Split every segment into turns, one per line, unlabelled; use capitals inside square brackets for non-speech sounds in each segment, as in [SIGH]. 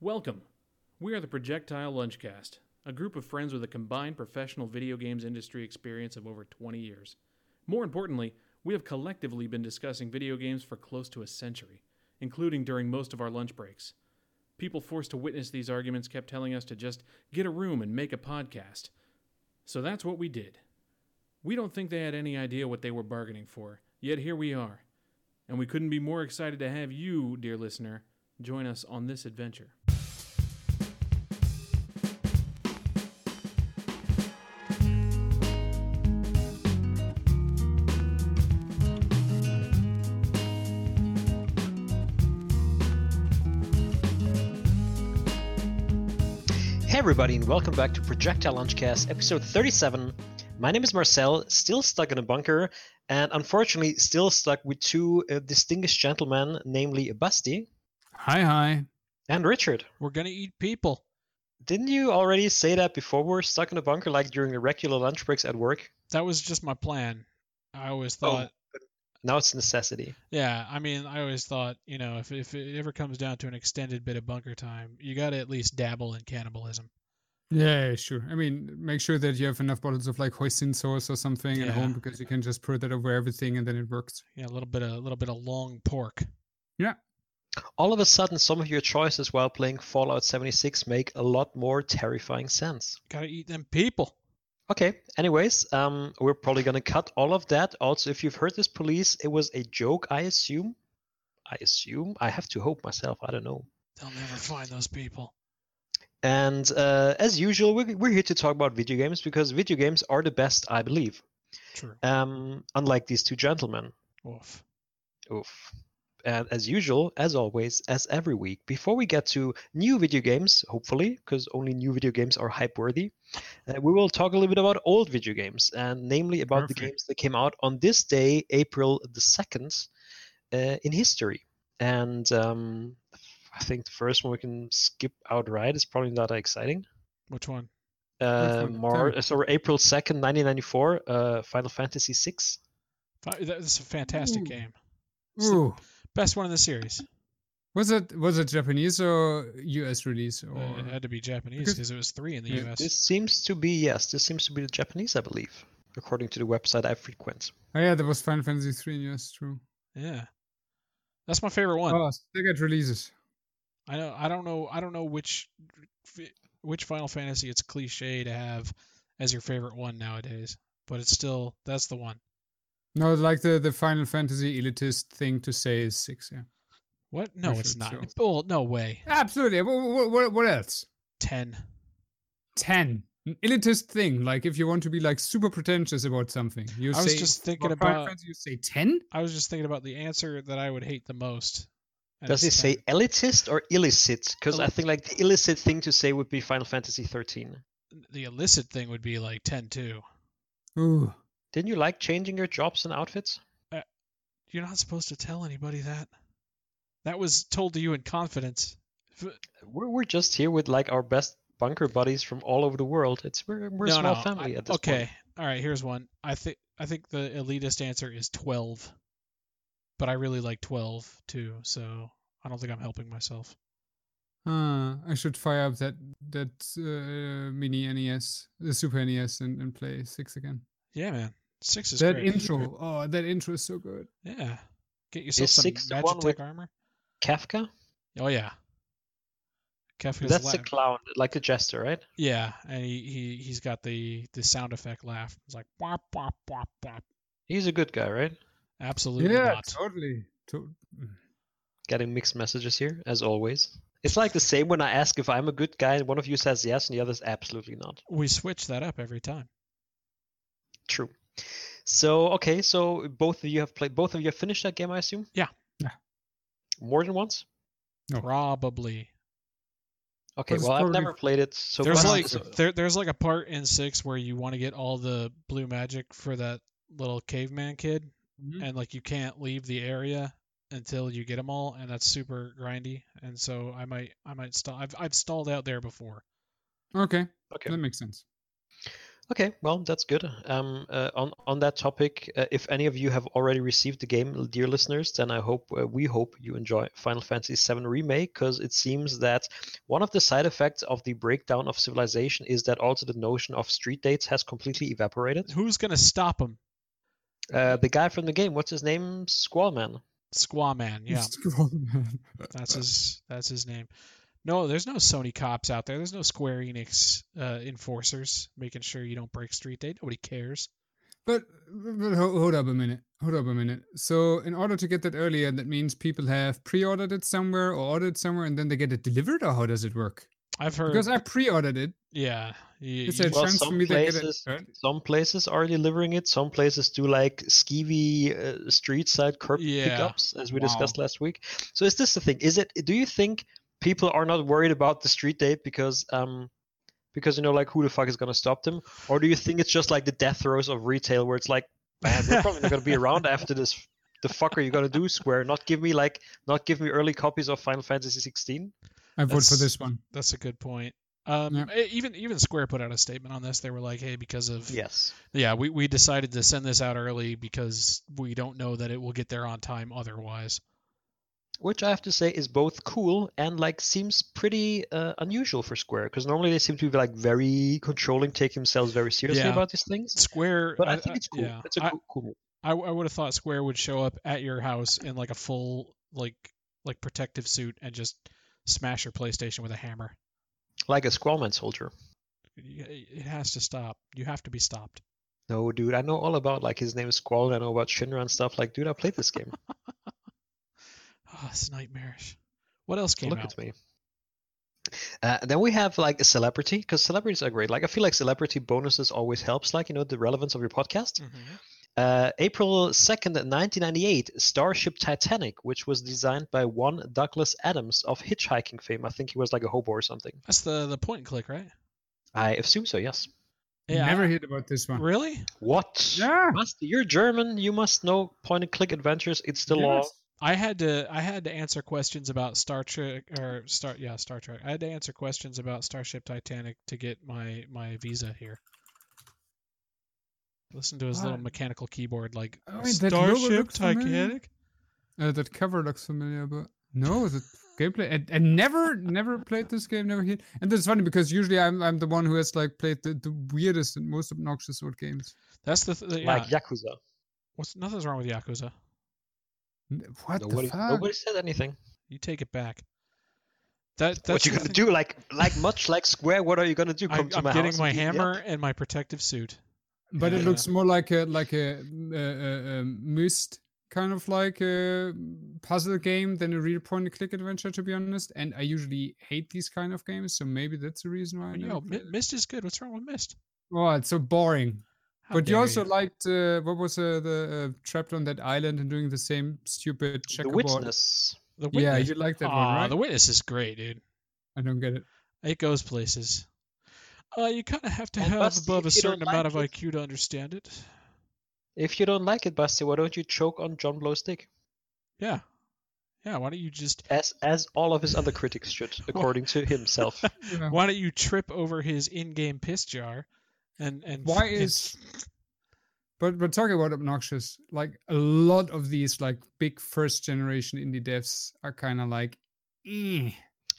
Welcome. We are the Projectile Lunchcast, a group of friends with a combined professional video games industry experience of over 20 years. More importantly, we have collectively been discussing video games for close to a century, including during most of our lunch breaks. People forced to witness these arguments kept telling us to just get a room and make a podcast. So that's what we did. We don't think they had any idea what they were bargaining for, yet here we are. And we couldn't be more excited to have you, dear listener, join us on this adventure.
Hey, everybody, and welcome back to Projectile Launchcast, episode 37. My name is Marcel, still stuck in a bunker, and unfortunately, still stuck with two uh, distinguished gentlemen, namely Basti
Hi, hi.
and Richard.
We're gonna eat people.
Didn't you already say that before we were stuck in a bunker, like during the regular lunch breaks at work?
That was just my plan. I always thought,
Now it's a necessity.
yeah. I mean, I always thought, you know, if if it ever comes down to an extended bit of bunker time, you gotta at least dabble in cannibalism.
Yeah, sure. I mean, make sure that you have enough bottles of like hoisin sauce or something at home
Yeah.
because you can just pour that over everything and then it works.
Yeah, a little bit of a little bit of long pork.
All of a sudden, some of your choices while playing Fallout 76 make a lot more terrifying sense.
Gotta eat them people.
Okay. Anyways, um, we're probably gonna cut all of that. Also, if you've heard this police, it was a joke, I assume. I assume. I have to hope myself. I don't know.
They'll never find those people.
And uh, as usual, we're, we're here to talk about video games because video games are the best, I believe.
True.
Um, unlike these two gentlemen.
Woof.
Oof. And as usual, as always, as every week, before we get to new video games, hopefully, because only new video games are hype worthy, uh, we will talk a little bit about old video games, and namely about the
Perfect.
games that came out on this day, April the 2nd, uh, in history. And um, I think the first one we can skip outright. It's probably not that exciting.
Which one?
Uh,
one?
Mar-
Tell me.
sorry, April 2nd, 1994, uh, Final Fantasy VI.
Fi- that- That's a fantastic
Ooh.
game. It's the
Ooh.
best one in the series.
Was it was it Japanese or US release
Uh,
or
it had to be Japanese
Because-
because it was three in the
Yeah,
U.S.
This seems to be yes. This seems to be the Japanese, I believe, according to the website I frequent.
Oh yeah, that was Final Fantasy 3 in US, true.
Yeah, that's my favorite one.
Oh, Sega releases.
I know. I don't know. I don't know which fi- which Final Fantasy it's cliche to have as your favorite one nowadays, but it's still that's the one.
No, like the, the Final Fantasy elitist thing to say is 6, yeah.
What? No,
For
it's
sure,
not.
sure.
Well, no way.
Absolutely. What, what, what else?
Ten.
10. An elitist thing. Like if you want to be like super pretentious about something, you
I
say
was just thinking
about Final
about-
Fantasy, you say 10?
I was just thinking about the answer that I would hate the most. and
Does it
it's
say
not-
elitist or illicit? Because I
Illi-
think like the illicit thing to say would be Final Fantasy 13.
the illicit thing would be like ten too?
Ooh.
Didn't you like changing your jobs and outfits?
You're not supposed to tell anybody that. That was told to you in confidence. F-
We're, we're just here with like our best bunker buddies from all over the world. It's we're, we're a small
I-
family at this
okay.
point.
All right. Here's one. I think I think the elitist answer is twelve, but I really like twelve too. So I don't think I'm helping myself.
Ah, I should fire up that that uh, mini NES, the Super NES, and, and play six again.
Yeah, man. Six is
that
great.
intro, oh, that intro is so good.
Yeah. Get yourself
Is
some
six the one
Magitech
with-
armor.
Kafka?
Oh yeah. Kefka's
That's
laugh.
the clown, like the jester, right?
yeah, and he, he he's got the the sound effect laugh. It's like wop wop wop wop.
He's a good guy, right?
Absolutely
yeah,
not.
totally. To- mm-hmm.
Getting mixed messages here, as always. It's like the same when I ask if I'm a good guy, and one of you says yes, and the other's absolutely not.
We switch that up every time.
True. So okay, so both of you have played. Both of you have finished that game, I assume.
Yeah.
Yeah.
More than once.
No.
Probably.
Okay.
it's
Well, I've
probably-
never played it. So
there's
far.
like
So-
there, there's like a part in six where you want to get all the blue magic for that little caveman kid,
Mm-hmm.
Mhm.
and like you can't leave the area until you get them all, and that's super grindy. And so I might I might stall. I've I've stalled out there before.
Okay,
okay.
[LAUGHS] that makes sense.
Okay, well that's good. Um, uh, on on that topic, uh, if any of you have already received the game, dear listeners, then I hope uh, we hope you enjoy Final Fantasy VII Remake because it seems that one of the side effects of the breakdown of civilization is that also the notion of street dates has completely evaporated.
Who's gonna stop him?
Uh, the guy from the game, what's his name? Squallman.
Squaw Man. Yeah,
Scrollman.
that's his. That's his name. No, there's no Sony cops out there. There's no Square Enix uh, enforcers making sure you don't break street date. Nobody cares.
[LAUGHS] But, but ho- hold up a minute. Hold up a minute. So, in order to get that earlier, that means people have pre ordered it somewhere or ordered somewhere and then they get it delivered, or how does it work?
I've heard.
Because I pre ordered it.
yeah. You,
It's a
Well,
chance for
some
me to get it.
places-
early.
Some places are delivering it. Some places do like skeevy uh, street side curb
Yeah.
pickups, as we
Wow.
discussed last week. So is this the thing? Is it? Do you think people are not worried about the street date because um because you know like who the fuck is gonna stop them, or do you think it's just like the death throes of retail where it's like, man, we're probably not gonna be
[LAUGHS]
around after this. The fuck are you gonna do, Square? Not give me like not give me early copies of Final Fantasy 16.
I vote for
That's-
this one.
that's a good point. Um,
Yeah.
e- even even Square put out a statement on this. They were like, "Hey, because of
Yes.
yeah, we, we decided to send this out early because we don't know that it will get there on time otherwise."
which I have to say is both cool and like seems pretty uh, unusual for Square because normally they seem to be like very controlling, take themselves very seriously
Yeah.
about these things.
Square,
But I, think it's cool.
Yeah,
It's a
I-
cool, cool move.
I, I would have thought Square would show up at your house in like a full like like protective suit and just smash your PlayStation with a hammer.
like a Squallman soldier.
Y- It has to stop. You have to be stopped.
No, dude, I know all about like his name is Squall. I know about Shinra and stuff. Like, dude, I played this game.
Oh, it's nightmarish. What else [LAUGHS] came
Look
out?
at me. Uh, then we have like a celebrity because celebrities are great. Like, I feel like celebrity bonuses always helps. Like, you know, the relevance of your podcast.
Mhm.
Uh, April 2nd, 1998, Starship Titanic, which was designed by one Douglas Adams of hitchhiking fame. I think he was like a hobo or something.
That's the the point and click, right?
I assume so, yes.
Yeah.
Never
I-
heard about this one.
Really?
What?
Yeah.
Master, you're German. You must know point and click adventures. It's the law.
Yes.
I had to I had to answer questions about Star Trek or Star yeah Star Trek. I had to answer questions about Starship Titanic to get my my visa here. Listen to his little
Wow.
mechanical keyboard like
Oh, wait, that logo
Starship
looks familiar."
Titanic.
Uh, that cover looks familiar, but no, the gameplay. I, I never, never played this game. Never hit. And that's funny because usually I'm, I'm the one who has like played the, the weirdest and most obnoxious old games.
That's the, th- the- yeah.
Like Yakuza.
What's nothing's wrong with Yakuza.
N- What
Nobody,
the fuck?
nobody said anything.
You take it back. That that's
what you
the [LAUGHS]
gonna
thing-
do? Like, like much like Square. What are you gonna do?
I,
Come
I'm
to my
getting
house and
my
beat me up?
hammer and my protective suit.
But it
Yeah.
looks more like a like a, uh uh um mist kind of like a puzzle game than a real point and click adventure. To be honest, and I usually hate these kind of games, so maybe that's the reason why. I
Well,
never
Yo, Mi-
played it.
Mist is good. What's wrong with Mist?
Oh, it's so boring.
How
but you
dare
also liked uh, what was uh, the uh, trapped on that island and doing the same stupid
The
checkerboard.
witness.
the
Yeah,
Witness-
you liked that
Aw,
one, right?
The witness is great, dude.
I don't get it.
It goes places. Uh, you kind of have to
And
have
Basti,
above a
if you don't
certain amount of
like
IQ to understand it.
If you don't like it, Basti, why don't you choke on John Blow's dick?
Yeah. Yeah, why don't you just
As as all of his other critics
[LAUGHS]
should,
Oh.
according to himself.
Yeah.
why don't you trip over his in-game piss jar and and
Why
and-
is- But but talking about obnoxious, like a lot of these like big first generation indie devs are kind of like, eh.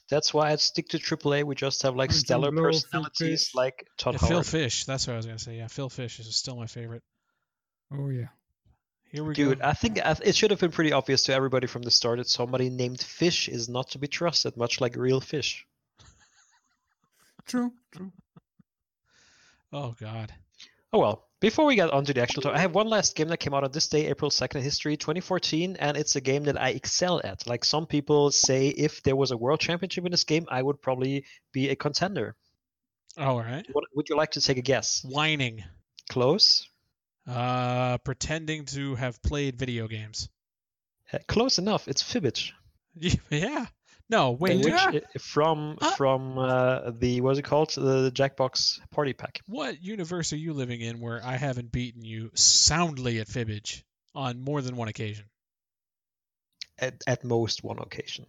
That's why I'd stick to AAA. We just have like
Andrew
stellar
Blow, Phil
personalities
Fish.
like Todd
Yeah, Phil
Howard.
Fish, that's what I was going to say. Yeah, Phil Fish is still my favorite.
oh yeah,
Here we
Dude,
go.
I think I th- it should have been pretty obvious to everybody from the start that somebody named Fish is not to be trusted, much like real fish.
true, true.
Oh god.
Oh well. Before we get on to the actual talk, I have one last game that came out on this day, April 2nd in history, 2014, and it's a game that I excel at. Like some people say, if there was a world championship in this game, I would probably be a contender.
All right.
What, would you like to take a guess?
Whining.
Close?
Uh pretending to have played video games. [LAUGHS]
Uh, Close enough. It's Fibbage.
yeah. No,
Wait,
wait.
which,
what-
i- from
Ah.
from uh, the what's it called? The Jackbox Party Pack.
What universe are you living in where I haven't beaten you soundly at Fibbage on more than one occasion?
At, at most one occasion.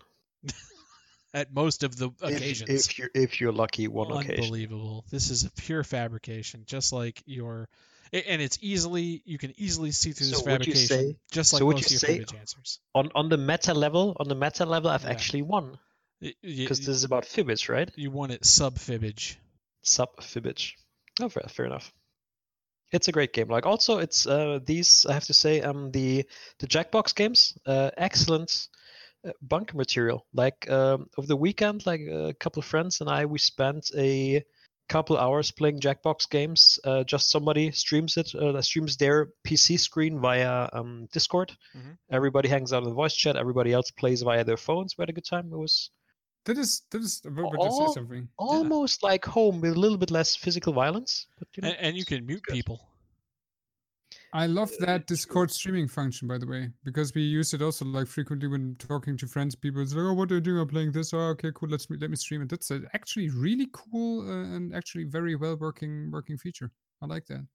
at most of the
If,
occasions.
if you're if you're lucky, one occasion.
Unbelievable. This is a pure fabrication, just like your, a- and it's easily you can easily see through this
So would you
fabrication,
say-
just like
so would
most of
you
your
say-
footage answers.
On on the meta level, on the meta level, I've
Yeah.
actually won
Y- y-
because this is about fibbage, right?
you want it sub fibbage.
Sub fibbage. Oh, fair, fair enough. It's a great game. Like also, it's uh, these I have to say, um, the the Jackbox games, uh, excellent uh, bunker material. Like um, over the weekend, like a couple of friends and I, we spent a couple hours playing Jackbox games. Uh, just somebody streams it, uh, streams their PC screen via um, Discord.
Mhm.
Everybody hangs out in the voice chat. Everybody else plays via their phones. We had a good time. It was
That is that is about to say
Oh.
something.
almost like home with a little bit less physical violence. But, you know,
And, and you
it's
can mute
good.
people.
I love
Uh,
that
true.
Discord streaming function, by the way, because we use it also like frequently when talking to friends. People it's like, "Oh, what are you doing? I'm playing this. Oh, okay, cool. Let's me- let me stream it." That's an actually really cool uh, and actually very well working working feature. I like that.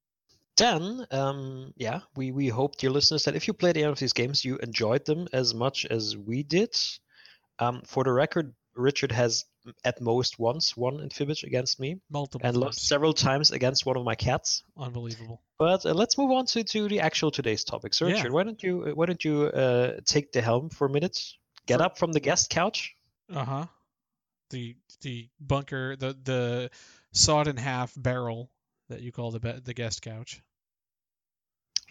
Then, um, yeah, we, we hope, dear listeners, that if you played any of these games, you enjoyed them as much as we did. Um, for the record, Richard has m- at most once won in Fibbage against me
Multiple
and lost
times.
several times against one of my cats.
Unbelievable.
But uh, let's move on to, to the actual today's topic. So,
Yeah.
Richard, why don't you why don't you uh, take the helm for a minute? Get up from the guest couch.
Uh huh. The the bunker the the sawed in half barrel that you call the be- the guest couch.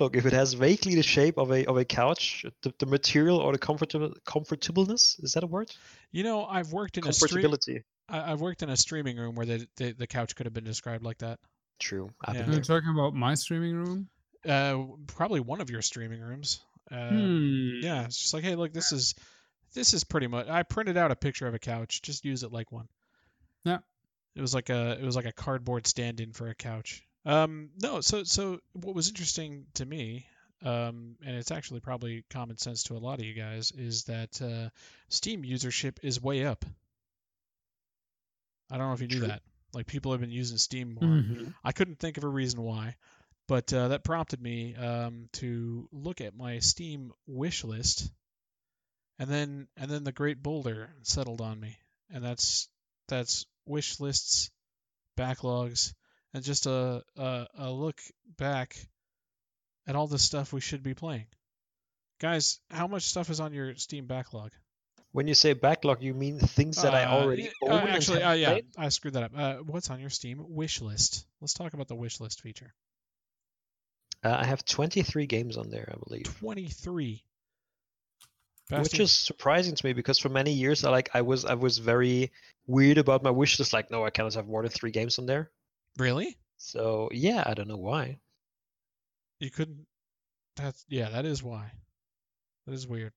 Look, if it has vaguely the shape of a of a couch, the, the material or the comfortable comfortableness is that a word?
You know, I've worked in a stream.
Comfortability.
I, I've worked in a streaming room where the, the the couch could have been described like that.
True. I've
Yeah.
been
Are you
there.
talking about my streaming room?
Uh, w- probably one of your streaming rooms. Uh,
Hmm.
Yeah, it's just like, hey, look, this is this is pretty much. I printed out a picture of a couch. Just use it like one.
Yeah.
It was like a it was like a cardboard stand-in for a couch. Um, no, so so what was interesting to me, um, and it's actually probably common sense to a lot of you guys, is that uh, Steam usership is way up. I don't know if you knew
True.
that. Like people have been using Steam more.
Mhm.
I couldn't think of a reason why, but uh, that prompted me um, to look at my Steam wish list, and then and then the Great Boulder settled on me, and that's that's wish lists, backlogs, and just a a, a look back at all the stuff we should be playing. Guys, how much stuff is on your Steam backlog?
When you say backlog, you mean things that I
Uh,
already
yeah,
own.
uh,
and
actually,
have
uh, yeah,
played?
I screwed that up. Uh, what's on your Steam wish list? Let's talk about the wish list feature.
Uh, I have 23 games on there, I believe,
23.
which is surprising to me because for many years I like I was I was very weird about my wish list. Like, no, I cannot have more than three games on there.
really
So yeah, I don't know why.
you couldn't. That's yeah, that is why. That is weird.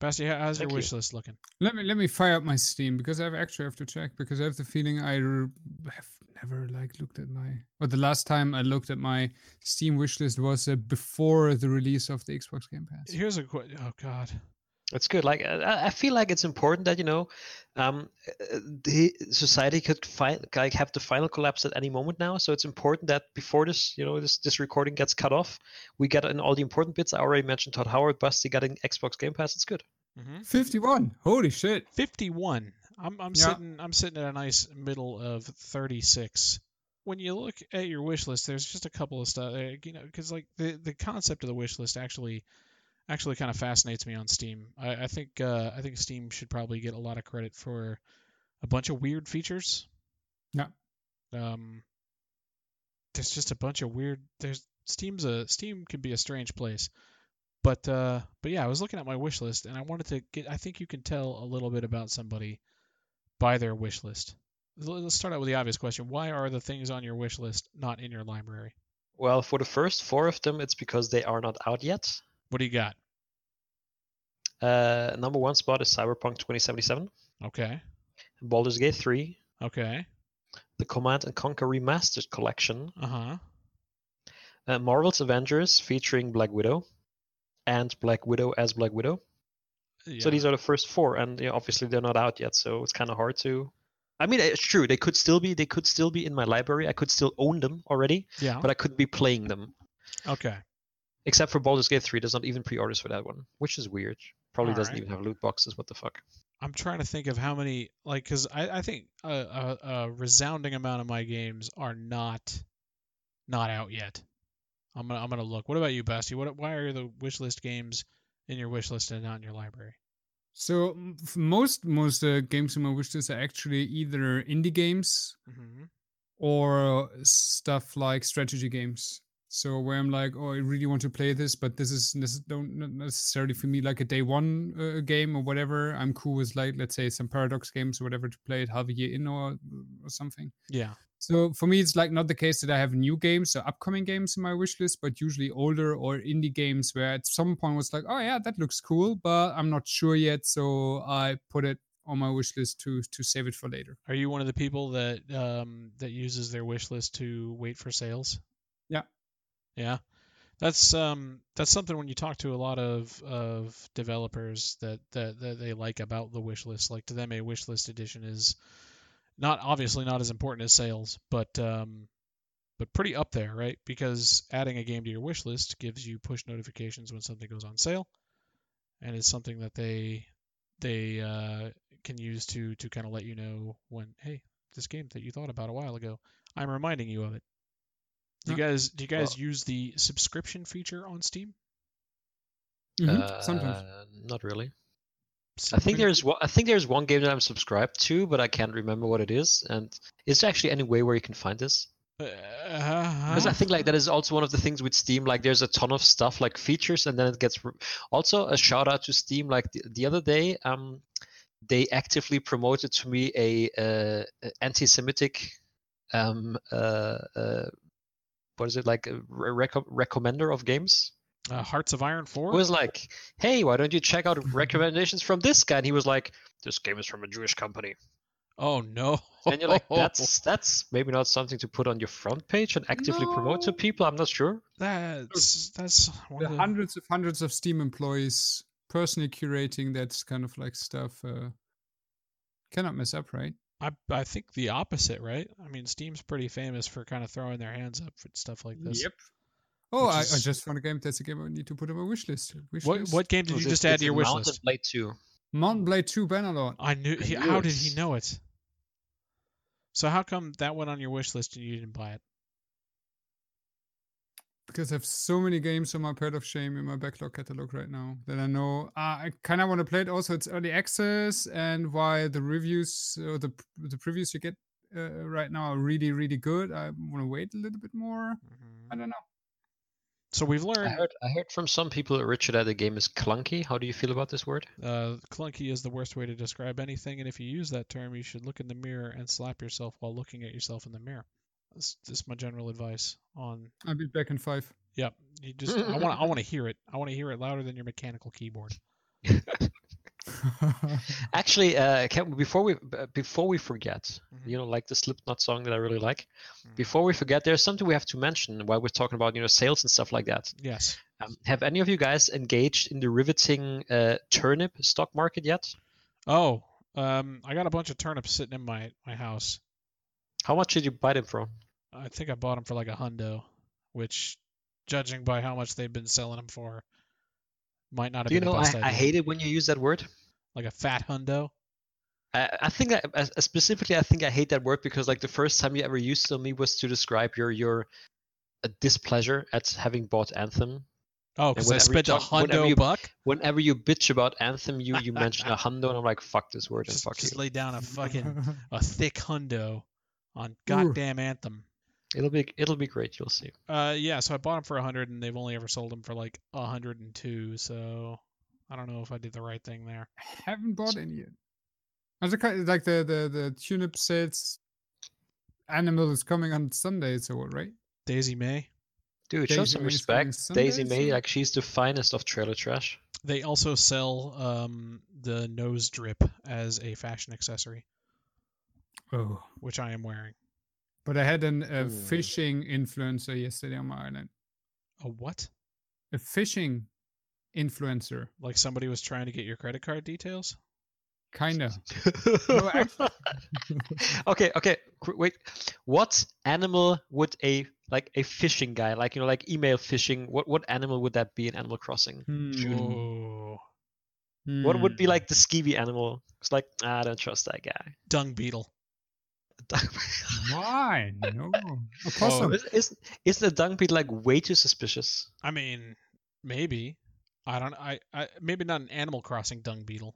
Basti, how- how's your
Thank you.
wish list looking?
Let me let me fire up my Steam because I've actually have to check because I have the feeling I r- have never like looked at my. Or the last time I looked at my Steam wishlist was uh, before the release of the Xbox Game Pass.
Here's a qu- oh god.
That's good. Like I, I- I feel like it's important that you know, um, uh, the society could find like have the final collapse at any moment now. So it's important that before this, you know, this this recording gets cut off, we get in all the important bits. I already mentioned Todd Howard, Busty getting Xbox Game Pass. It's good. Mm-hmm.
hmm
Fifty-one. Holy shit!
51. I'm I'm
Yeah.
sitting I'm sitting at a nice middle of 36. When you look at your wish list, there's just a couple of stuff, uh, you know, because like the the concept of the wish list actually actually kind of fascinates me on Steam. I, I think uh, I think Steam should probably get a lot of credit for a bunch of weird features.
Yeah.
Um. There's just a bunch of weird. There's Steam's a Steam can be a strange place. But uh, but yeah, I was looking at my wish list and I wanted to get. I think you can tell a little bit about somebody by their wish list. L- Let's start out with the obvious question: Why are the things on your wish list not in your library?
Well, for the first four of them, it's because they are not out yet.
What do you got?
Uh, number one spot is Cyberpunk 2077,
Okay,
Baldur's Gate 3,
okay,
the Command and Conquer Remastered Collection,
uh huh.
uh, Marvel's Avengers featuring Black Widow, and Black Widow as Black Widow. So these are the first four, and you know, obviously they're not out yet, so it's kind of hard to. I mean, it's true. They could still be. They could still be in my library. I could still own them already,
yeah.
but I couldn't be playing them.
okay.
Except for Baldur's Gate 3, there's not even pre-orders for that one, which is weird. Probably doesn't
Alright.
even have loot boxes. What the fuck?
I'm trying to think of how many, like, because I, I think a, a, a resounding amount of my games are not, not out yet. I'm gonna, I'm gonna look. What about you, Basti? What, why are the wish list games in your wish list and not in your library?
So m- f- most most uh, games on my wish list are actually either indie games
Mm-hmm.
or stuff like strategy games. So where I'm like, oh, I really want to play this, but this is this don't not necessarily for me like a day one uh, game or whatever. I'm cool with like let's say some paradox games or whatever to play it half a year in or or something.
Yeah.
So for me, it's like not the case that I have new games or upcoming games in my wish list, but usually older or indie games where at some point was like, oh yeah, that looks cool, but I'm not sure yet, so I put it on my wish list to to save it for later.
Are you one of the people that um that uses their wish list to wait for sales?
Yeah.
Yeah. That's um that's something when you talk to a lot of of developers that that, that they like about the wish list. Like to them a wish list edition is not obviously not as important as sales, but um but pretty up there, right? Because adding a game to your wish list gives you push notifications when something goes on sale and it's something that they they uh can use to to kind of let you know when hey this game that you thought about a while ago i'm reminding you of it do you guys do you guys
Well-
use the subscription feature on steam
Mhm, Sometimes.
Uh, not really. I
Some-
think there's one. I think there's one game that I'm subscribed to, but I can't remember what it is. And is there actually any way where you can find this?
Uh,
Because I think like that is also one of the things with Steam. Like there's a ton of stuff like features, and then it gets. Re- also a shout out to Steam. Like the, the other day, um, they actively promoted to me a uh, a anti-Semitic, um, uh, uh, what is it like a re- reco- recommender of games?
uh, hearts of iron 4
was like, "Hey, why don't you check out recommendations from this guy?" And he was like, "This game is from a Jewish company."
oh no
And you're
[LAUGHS]
like, "That's that's maybe not something to put on your front page and actively promote to
No.
people." I'm not sure.
that's that's one
There
of
are
the-
hundreds of hundreds of Steam employees personally curating that kind of like stuff. Uh, cannot mess up, right?
I, I think the opposite right i mean steam's pretty famous for kind of throwing their hands up for stuff like this
Oh,
Which
I, I
is-
just found a game. That's a game I need to put on my wish list. Wish
what
list.
what game did you just add to your wish list
Blade 2.
Mountain Blade Two Bannerlord.
I knew.
I
He,
knew
how did
it.
he know it? So how come that went on your wish list and you didn't buy it?
because I have so many games on my pile of shame in my backlog catalog right now that I know uh, I kind of want to play it. Also, it's early access, and while the reviews or the p- the previews you get uh, right now are really really good, I want to wait a little bit more. I don't know.
So we've
I
learned
heard I heard from some people, Richard, that the game is clunky. How do you feel about this word?
uh, clunky is the worst way to describe anything, and if you use that term, you should look in the mirror and slap yourself while looking at yourself in the mirror. That's just my general advice on.
I'll be back in five.
Yep, you just I want I want to hear it. I want to hear it louder than your mechanical keyboard.
[LAUGHS]
Actually, uh, can, before we b- before we forget,
Mhm.
you know, like the Slipknot song that I really like.
Mhm.
Before we forget, there's something we have to mention while we're talking about you know sales and stuff like that.
Yes.
Um, have any of you guys engaged in the riveting uh, turnip stock market yet?
Oh, um, I got a bunch of turnips sitting in my my house.
How much did you buy them from?
I think I bought them for like a hundo, which, judging by how much they've been selling them for, might not have
Do you
been
know,
the
I,
best
I
idea.
hate it when you use that word.
like a fat hundo.
I, I think I, I- specifically, I think I hate that word because like the first time you ever used it on me was to describe your your uh, displeasure at having bought Anthem.
Oh, because
whenever
I
you
spent a
talk- whenever
hundo
you-
buck.
Whenever you bitch about Anthem, you you mention a hundo, and I'm like, fuck this word and
Just,
fuck you.
just lay
[LAUGHS]
down a fucking a thick hundo on goddamn anthem.
It'll be it'll be great. You'll see.
Uh, yeah. So I bought them for a hundred, and they've only ever sold them for like a hundred and two. So I don't know if I did the right thing there.
haven't bought any yet. I just kind of like the the the tunip sales animal is coming on Sunday, so what, right?
Daisy May.
Dude, show
Daisy
some
May is coming
respect. Daisy
Sunday,
May,
so-
like she's the finest of trailer
[LAUGHS]
trash.
They also sell um the nose drip as a fashion accessory,
Oh.
which I am wearing.
But I had an a
Ooh.
fishing influencer yesterday on my island.
A what?
A fishing influencer,
Like somebody was trying to get your credit card details?
kinda. [LAUGHS] actually-
okay, okay. qu- Wait, what animal would a like a fishing guy, like you Mm-hmm. know, like email phishing? What what animal would that be in Animal Crossing?
Hmm.
Oh.
What would be like the skeevy animal? It's like I don't trust that guy. [LAUGHS]
Dung beetle.
Hmm. Why? No.
Oh.
Opossum.
is, is is the dung beetle like way too suspicious?
I mean, maybe. I don't. I, I maybe not an Animal Crossing dung beetle.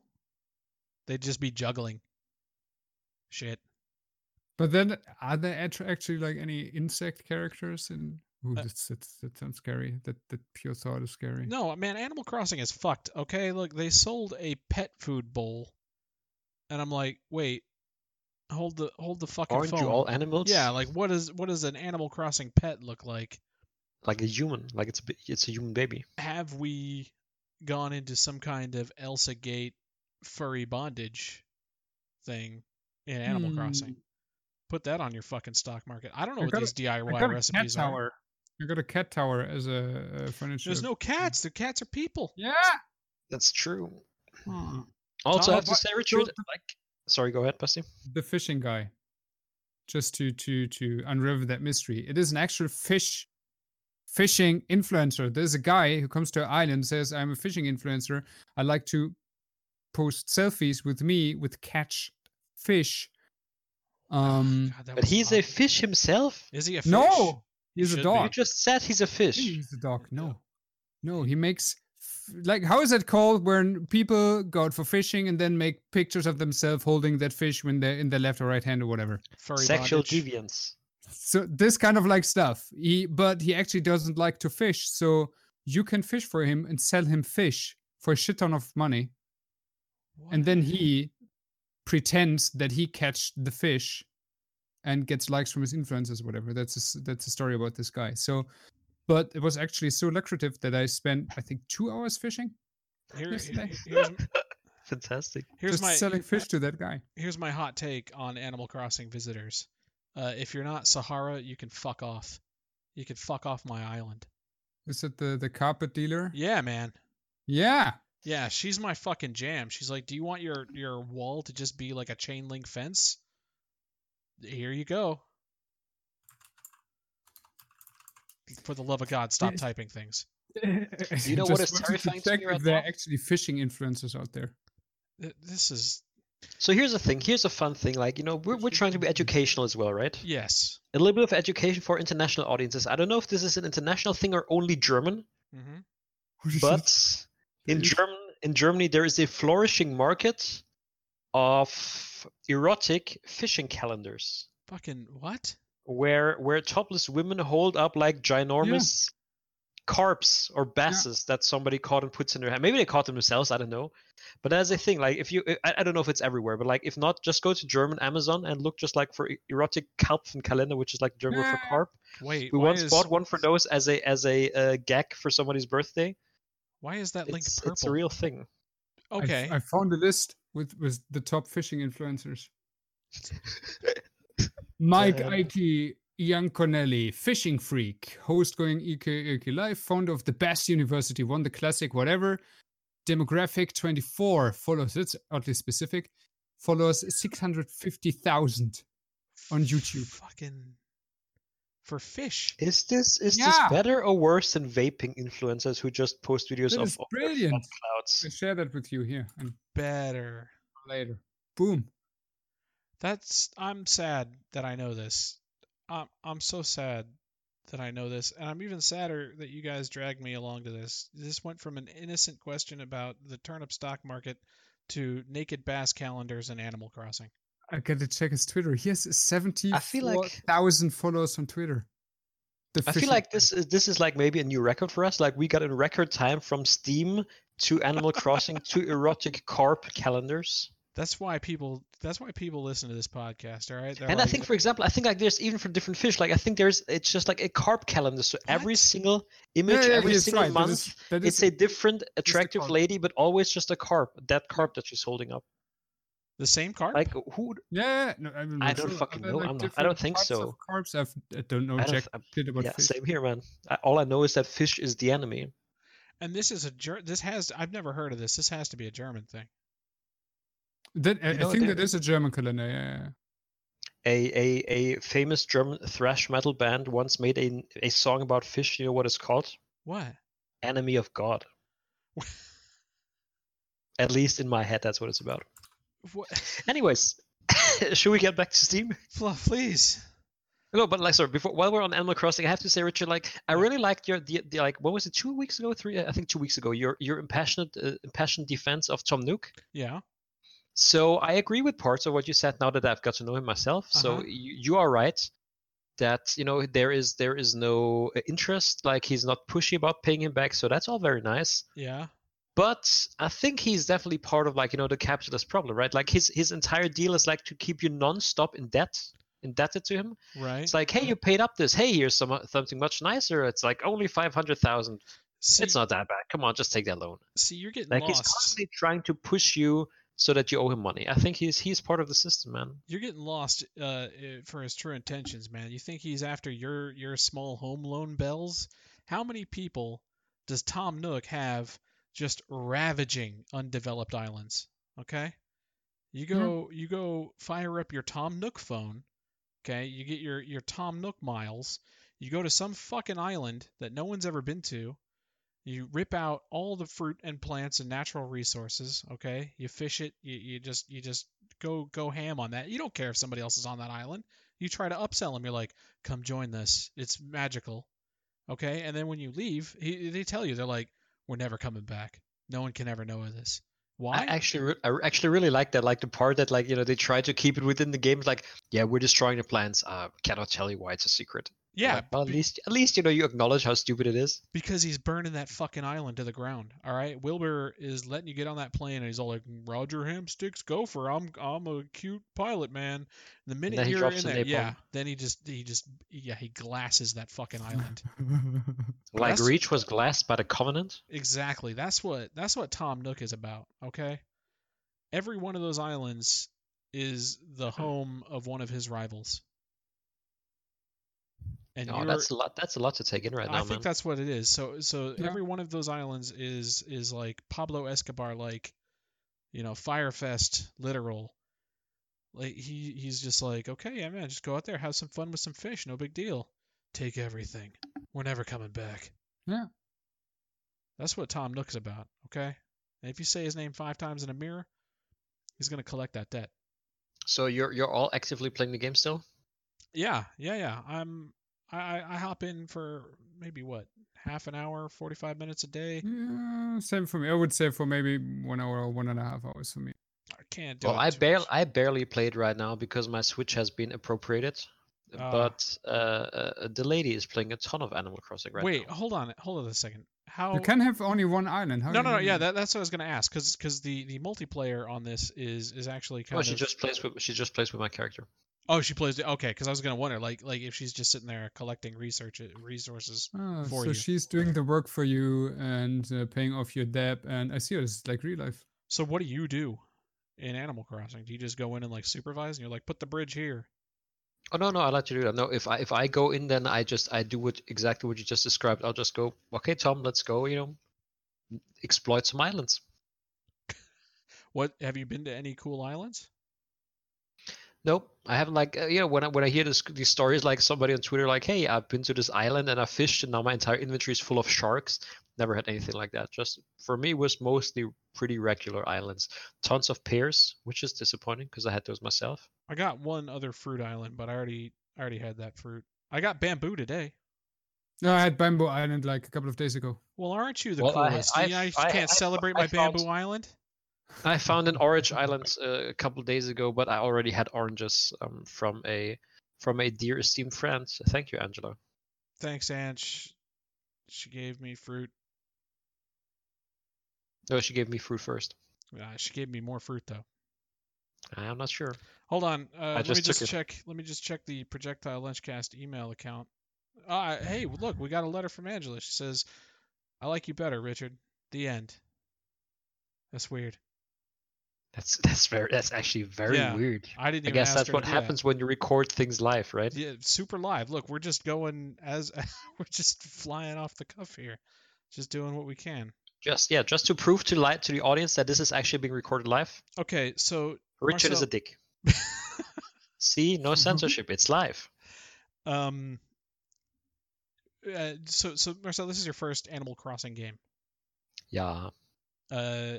They'd just be juggling. Shit.
But then, are there act- actually like any insect characters? In Ooh,
Uh,
that's, that's, that sounds scary. That that pure thought is scary.
No, man, Animal Crossing is fucked. Okay, look, they sold a pet food bowl, and I'm like, wait, hold the hold the fucking
Aren't
phone.
you all animals?
yeah, like what is what does an Animal Crossing pet look like?
like a human. Like it's a, bi- it's a human baby.
Have we gone into some kind of Elsa Gate furry bondage thing in Animal
Hmm.
Hmm.
Crossing? Put that on your fucking stock market. I don't know
I
what
got a-
these
I
DIY
got a cat
recipes are.
tower. I got a cat tower as a, uh furniture.
There's no cats. The cats are people.
Yeah. Hmm.
That's true. Also,
Tom,
I have to
what-
say, Richard. Like, sorry, go ahead, Basti.
The fishing guy. Just to to to unravel that mystery, it is an actual fish fishing influencer. There's a guy who comes to our island says, "I'm a fishing influencer. I like to post selfies with me with catch fish."
[SIGHS]
Um,
God, that
Hmm. But
was
he's
loud.
a fish himself.
Is he a fish?
no, he's
should
a
be.
You
dog.
just said he's a fish.
[LAUGHS]
He's a dog. No, no, he makes f- like how is that called when people go out for fishing and then make pictures of themselves holding that fish when they're in their left or right hand or whatever.
Furry
Sexual
bondage.
deviance.
So this kind of like stuff. He but he actually doesn't like to fish, so you can fish for him and sell him fish for a shit ton of money, and then he pretends that he catched the fish. And gets likes from his influencers, or whatever. That's a, s- that's a story about this guy. So, but it was actually so lucrative that I spent, I think, two hours fishing.
Here-
Yes,
here-
thanks.
here's,
Fantastic.
here's
just
my
[LAUGHS]
selling fish to that guy.
here's my hot take on Animal Crossing visitors. Uh, if you're not Sahara, you can fuck off. You can fuck off my island.
Is it the the carpet dealer?
Yeah, man.
Yeah.
Yeah, she's my fucking jam. She's like, "Do you want your your wall to just be like a chain link fence?" Here you go. For the love of God, stop
Yes.
typing things.
you [LAUGHS]
know what is terrifying to me right
if there are
now?
actually fishing influencers out there. [LAUGHS]
Th- This is
So here's the thing. Here's a fun thing. Like you know, we're we're trying to be educational as well, right?
yes.
A little bit of education for international audiences. I don't know if this is an international thing or only German,
Mhm. [LAUGHS]
but in
Yes.
German in Germany there is a flourishing market of erotic fishing calendars
Fucking what?
where where topless women hold up like ginormous carps or basses that somebody caught and puts in their hand. Maybe they caught them themselves, I don't know. But that's the thing. Like if you I, I don't know if it's everywhere, but like if not, just go to German Amazon and look just like for e- erotic Kalpfenkalender, which is like German word for
Yeah.
carp.
Wait,
We
why
once
is
bought one for those as a as a uh, gag for somebody's birthday.
why is that link
It's,
purple?
it's a real thing.
I f-
Okay.
I, found a list with with the top fishing influencers. Mike
Uh,
IT Ian Connelly, fishing freak, host going E EK EK Live, founder of the best university, won the classic, whatever. Demographic 24 follows, it's oddly specific, follows 650,000 on YouTube.
Fucking for fish.
Is this is
Yeah.
this better or worse than vaping influencers who just post videos
That
of,
is
of their
brilliant.
fat clouds?
I share that with you here and
Better.
later. Boom.
That's I'm sad that I know this. I'm I'm so sad that I know this, and I'm even sadder that you guys dragged me along to this. This went from an innocent question about the turnip stock market to naked bass calendars and Animal Crossing.
I gotta check his Twitter. He has seventy
feel like-
thousand followers on Twitter. The
I feel
fishing
like
guy.
this is this is like maybe a new record for us. Like we got in record time from Steam to
[LAUGHS]
Animal Crossing to erotic carp calendars.
That's why people. That's why people listen to this podcast. All right. They're
and I
like,
think, for example, I think like there's even for different fish. Like I think there's it's just like a carp calendar. So every
What?
single
Yeah,
image,
yeah,
every
yes,
single
right, that
month,
is- that
it's
is-
a different attractive
carp.
lady, but always just a carp. That carp that she's holding up.
the same carp.
Like who?
yeah. yeah, No, I'm not
I don't
sure.
fucking
Are there,
know, I'm not- I
different
don't think
types of
so.
Carbs. I've, I don't know
I don't
jack
th-
shit about
Yeah,
fish.
same here, man. I, all I know is that fish is the enemy.
and this is a ger- this has I've never heard of this. This has to be a German thing.
That, I, I
know,
think
there-
that is a German calendar. Yeah, yeah, yeah.
a, a, a famous German thrash metal band once made a, a song about fish. You know what it's called?
What?
Enemy of God. At least in my head, that's what it's about. [LAUGHS]
What?
Anyways, should we get back to Steam?
Fluff, please.
No, but like, sorry. Before while we're on Animal Crossing, I have to say, Richard, like, I really liked your the, the like. What was it? Two weeks ago, three? I think two weeks ago. Your your impassioned uh, impassioned defense of Tom Nook.
Yeah.
So I agree with parts of what you said. Now that I've got to know him myself, so
Uh-huh.
you, you are right that you know there is there is no uh, interest. Like he's not pushy about paying him back. So that's all very nice.
Yeah.
But I think he's definitely part of like you know the capitalist problem, right? Like his his entire deal is like to keep you non-stop in debt, indebted to him.
Right.
It's like, hey, you paid up this. Hey, here's some something much nicer. It's like only five hundred thousand.
see,
It's not that bad. Come on, just take that loan.
see, you're getting
Like he's
lost.
constantly trying to push you so that you owe him money. I think he's he's part of the system, man.
You're getting lost uh, uh, for his true intentions, man. You think he's after your your small home loan bells? How many people does Tom Nook have just ravaging undeveloped islands? Okay, you
Mm-hmm.
go you go fire up your Tom Nook phone. Okay, you get your your Tom Nook miles. You go to some fucking island that no one's ever been to. You rip out all the fruit and plants and natural resources. Okay, you fish it. You, you just you just go go ham on that. You don't care if somebody else is on that island. You try to upsell them. You're like, come join this. It's magical. Okay, and then when you leave, he, they tell you they're like, we're never coming back. No one can ever know of this. Why?
I actually re- I actually really like that. Like the part that like you know they try to keep it within the game. Like yeah, we're destroying the plants. Uh, cannot tell you why it's a secret.
yeah,
Like, well, at
be-
least at least you know you acknowledge how stupid it is.
Because he's burning that fucking island to the ground. All right, Wilbur is letting you get on that plane, and he's all like, "Roger Hamsticks, gopher. I'm I'm a cute pilot, man." The minute
then he
you're
drops
in
the
there,
napalm.
yeah, then he just he just yeah he glasses that
[LAUGHS]
fucking island. Well,
Like
that's-
Reach was glassed by the Covenant.
exactly. That's what that's what Tom Nook is about. Okay, every one of those islands is the
Hmm.
home of one of his rivals. And
Oh,
you're-
that's a lot. That's a lot to take in right
I
now,
think
man.
that's what it is. So so
Yeah.
every one of those islands is is like Pablo Escobar like, you know, Firefest literal. Like he he's just like, okay, yeah, man, just go out there, have some fun with some fish, no big deal. Take everything. We're never coming back.
Yeah.
That's what Tom Nook's about, okay? And if you say his name five times in a mirror, he's gonna collect that debt.
So you're you're all actively playing the game still?
Yeah, yeah, yeah. I'm I, I I hop in for maybe what half an hour, forty five minutes a day.
yeah, [LAUGHS] same for me. I would say for maybe one hour or one and a half hours for me.
I can't do
Well,
it.
I
too
barely
much.
I barely played right now because my Switch has been appropriated.
Ah.
But uh, uh, the lady is playing a ton of Animal Crossing right
Wait,
now.
hold on, hold on a second. How?
Oh.
You can have only one island. How
no,
do
no, no.
you-
Yeah, that, that's what I was gonna ask, because the the multiplayer on this is is actually kind
Oh,
of.
she just plays with she just plays with my character.
Oh, she plays. Okay, because I was gonna wonder, like, like if she's just sitting there collecting research resources.
Ah,
for
so
you.
she's doing the work for you and uh, paying off your debt. And I see it as like real life.
So what do you do in Animal Crossing? Do you just go in and like supervise, and you're like, put the bridge here?
Oh no, no, I like to do that. No, if I if I go in, then I just I do what exactly what you just described. I'll just go. Okay, Tom, let's go. You know, exploit some islands.
What have you been to any cool islands?
Nope, I haven't like uh, you know when I when I hear this, these stories like somebody on Twitter like, hey, I've been to this island and I fished and now my entire inventory is full of sharks. Never had anything like that. Just for me it was mostly pretty regular islands. Tons of pears, which is disappointing because I had those myself.
I got one other fruit island, but I already I already had that fruit. I got bamboo today.
No, I had Bamboo Island like a couple of days ago.
Well, aren't you the
Well, I-
coolest?
I-
You- I,
I-
can't
I-
celebrate
I
my
found-
bamboo island.
I found an orange island uh, a couple days ago, but I already had oranges um, from a from a dear esteemed friend. Thank you, Angela.
Thanks, Anch. She gave me fruit.
No, she gave me fruit first.
Uh, she gave me more fruit though.
I'm not sure.
Hold on. Uh, let me
just took
just
it.
check. Let me just check the projectile lunchcast email account. Uh, hey, look, we got a letter from Angela. She says, "I like you better, Richard." The end. That's weird.
That's that's very that's actually very
Yeah,
weird.
I didn't.
I
Even
guess
ask
that's
her to
what
do that.
happens when you record things live, right?
Yeah, super live. Look, we're just going as [LAUGHS] we're just flying off the cuff here, just doing what we can.
Just yeah, just to prove to light to the audience that this is actually being recorded live.
Okay, so
Richard is a
Marcel- [LAUGHS]
dick. See, no censorship. It's live.
Um. Uh, so, so Marcel, this is your first Animal Crossing game.
Yeah.
Uh,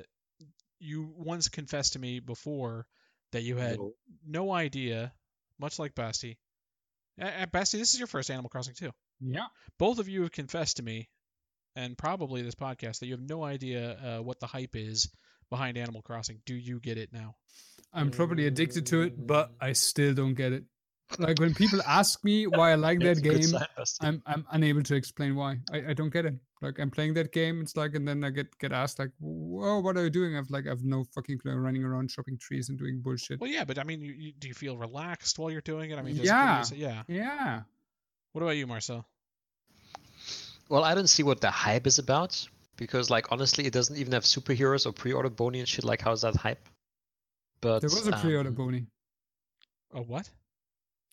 you once confessed to me before that you had
No.
no idea, much like Basti. A- a- Basti, this is your first Animal Crossing too.
Yeah.
Both of you have confessed to me, and probably this podcast, that you have no idea uh, what the hype is behind Animal Crossing. Do you get it now?
I'm probably addicted to it, but I still don't get it. Like when people ask me why I like
That's
that
a good
game,
sign, Basti.
I'm I'm unable to explain why. I, I don't get it. Like I'm playing that game, it's like, and then I get get asked like, "Whoa, what are you doing?" I've like I've no fucking clue. Running around chopping trees and doing bullshit.
Well, yeah, but I mean, you, you, do you feel relaxed while you're doing it? I mean, does
Yeah.
It give you, yeah.
Yeah.
What about you, Marcel?
Well, I don't see what the hype is about because, like, honestly, it doesn't even have superheroes or pre-order bony and shit. Like, how's that hype? But
There was a
um,
pre-order bony.
A what?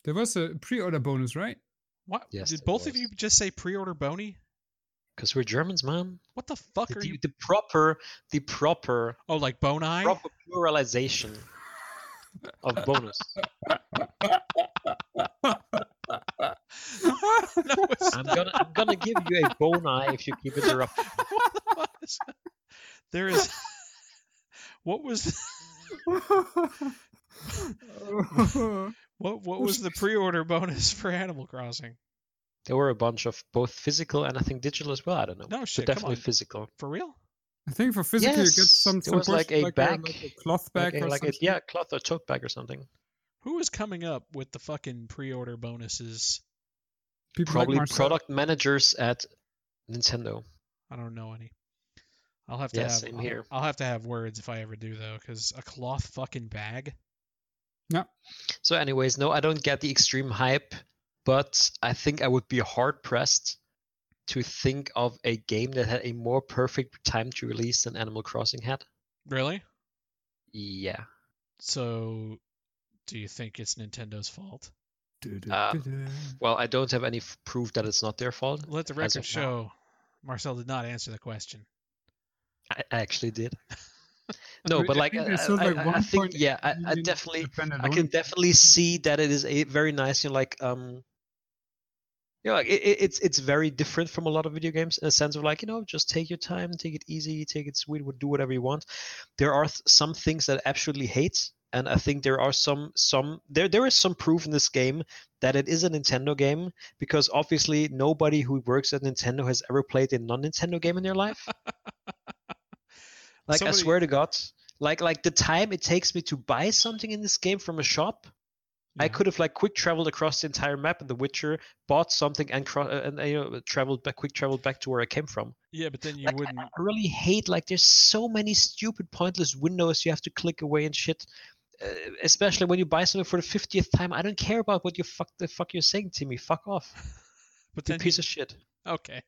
There was a pre-order bonus, right?
[LAUGHS]
What?
Yes,
Did
there
both of
was.
you just say pre-order bony?
Cause we're Germans, man.
What the fuck are
The,
you?
the proper, the proper,
Oh, like boni?
proper pluralization
[LAUGHS]
of bonus.
[LAUGHS] no, it's
I'm gonna, I'm gonna give you a boni if you keep interrupting.
What the fuck is- there is. [LAUGHS] What was what what was the pre-order bonus for Animal Crossing?
There were a bunch of both physical and I think digital as well. I don't know.
No
but
shit, come
definitely
on,
physical.
for real?
I think for physical, you get
Yes,
some.
it
some
was like
bullshit,
a
like
back-
a cloth bag
Like, a-
or
like a,
something.
yeah, cloth or tote bag or something.
Who is coming up with the fucking pre-order bonuses?
People like
Probably
Marcel.
product managers at Nintendo.
I don't know any. I'll have to
Yeah,
have
same
I'll-
here.
I'll, have to have words if I ever do though, because a cloth fucking bag.
So, anyways, no, I don't get the extreme hype, but I think I would be hard pressed to think of a game that had a more perfect time to release than Animal Crossing had.
Really?
Yeah.
So, do you think it's Nintendo's fault?
Uh, Well, I don't have any f- proof that it's not their fault.
Let the
As of
record
now.
show. Marcel did not answer the question.
I, I actually did. [LAUGHS] No,
mean,
but
I
like,
think
I,
they sold,
I-
like,
I- I think
1.8
yeah, I, I
million
definitely, I
standalone.
can definitely see that it is a very nice, you know, like um, you know, like it, it- it's it's very different from a lot of video games in a sense of like you know, just take your time, take it easy, take it sweet, do whatever you want. There are th- some things that I absolutely hate, and I think there are some some there there is some proof in this game that it is a Nintendo game because obviously nobody who works at Nintendo has ever played a non-Nintendo game in their life.
[LAUGHS]
Like
Somebody-
I swear to God, like like the time it takes me to buy something in this game from a shop, I
Yeah.
could have like quick traveled across the entire map in The Witcher, bought something and cro- uh, and uh, you know traveled back quick traveled back to where I came from.
Yeah, but then you
[LAUGHS] Like, I-
wouldn't.
I really hate like there's so many stupid pointless windows you have to click away and shit. Uh, especially when you buy something for the fiftieth time, I don't care about what you fuck the fuck you're saying to me. Fuck off,
[LAUGHS] But
you
then
piece of shit.
[LAUGHS] okay,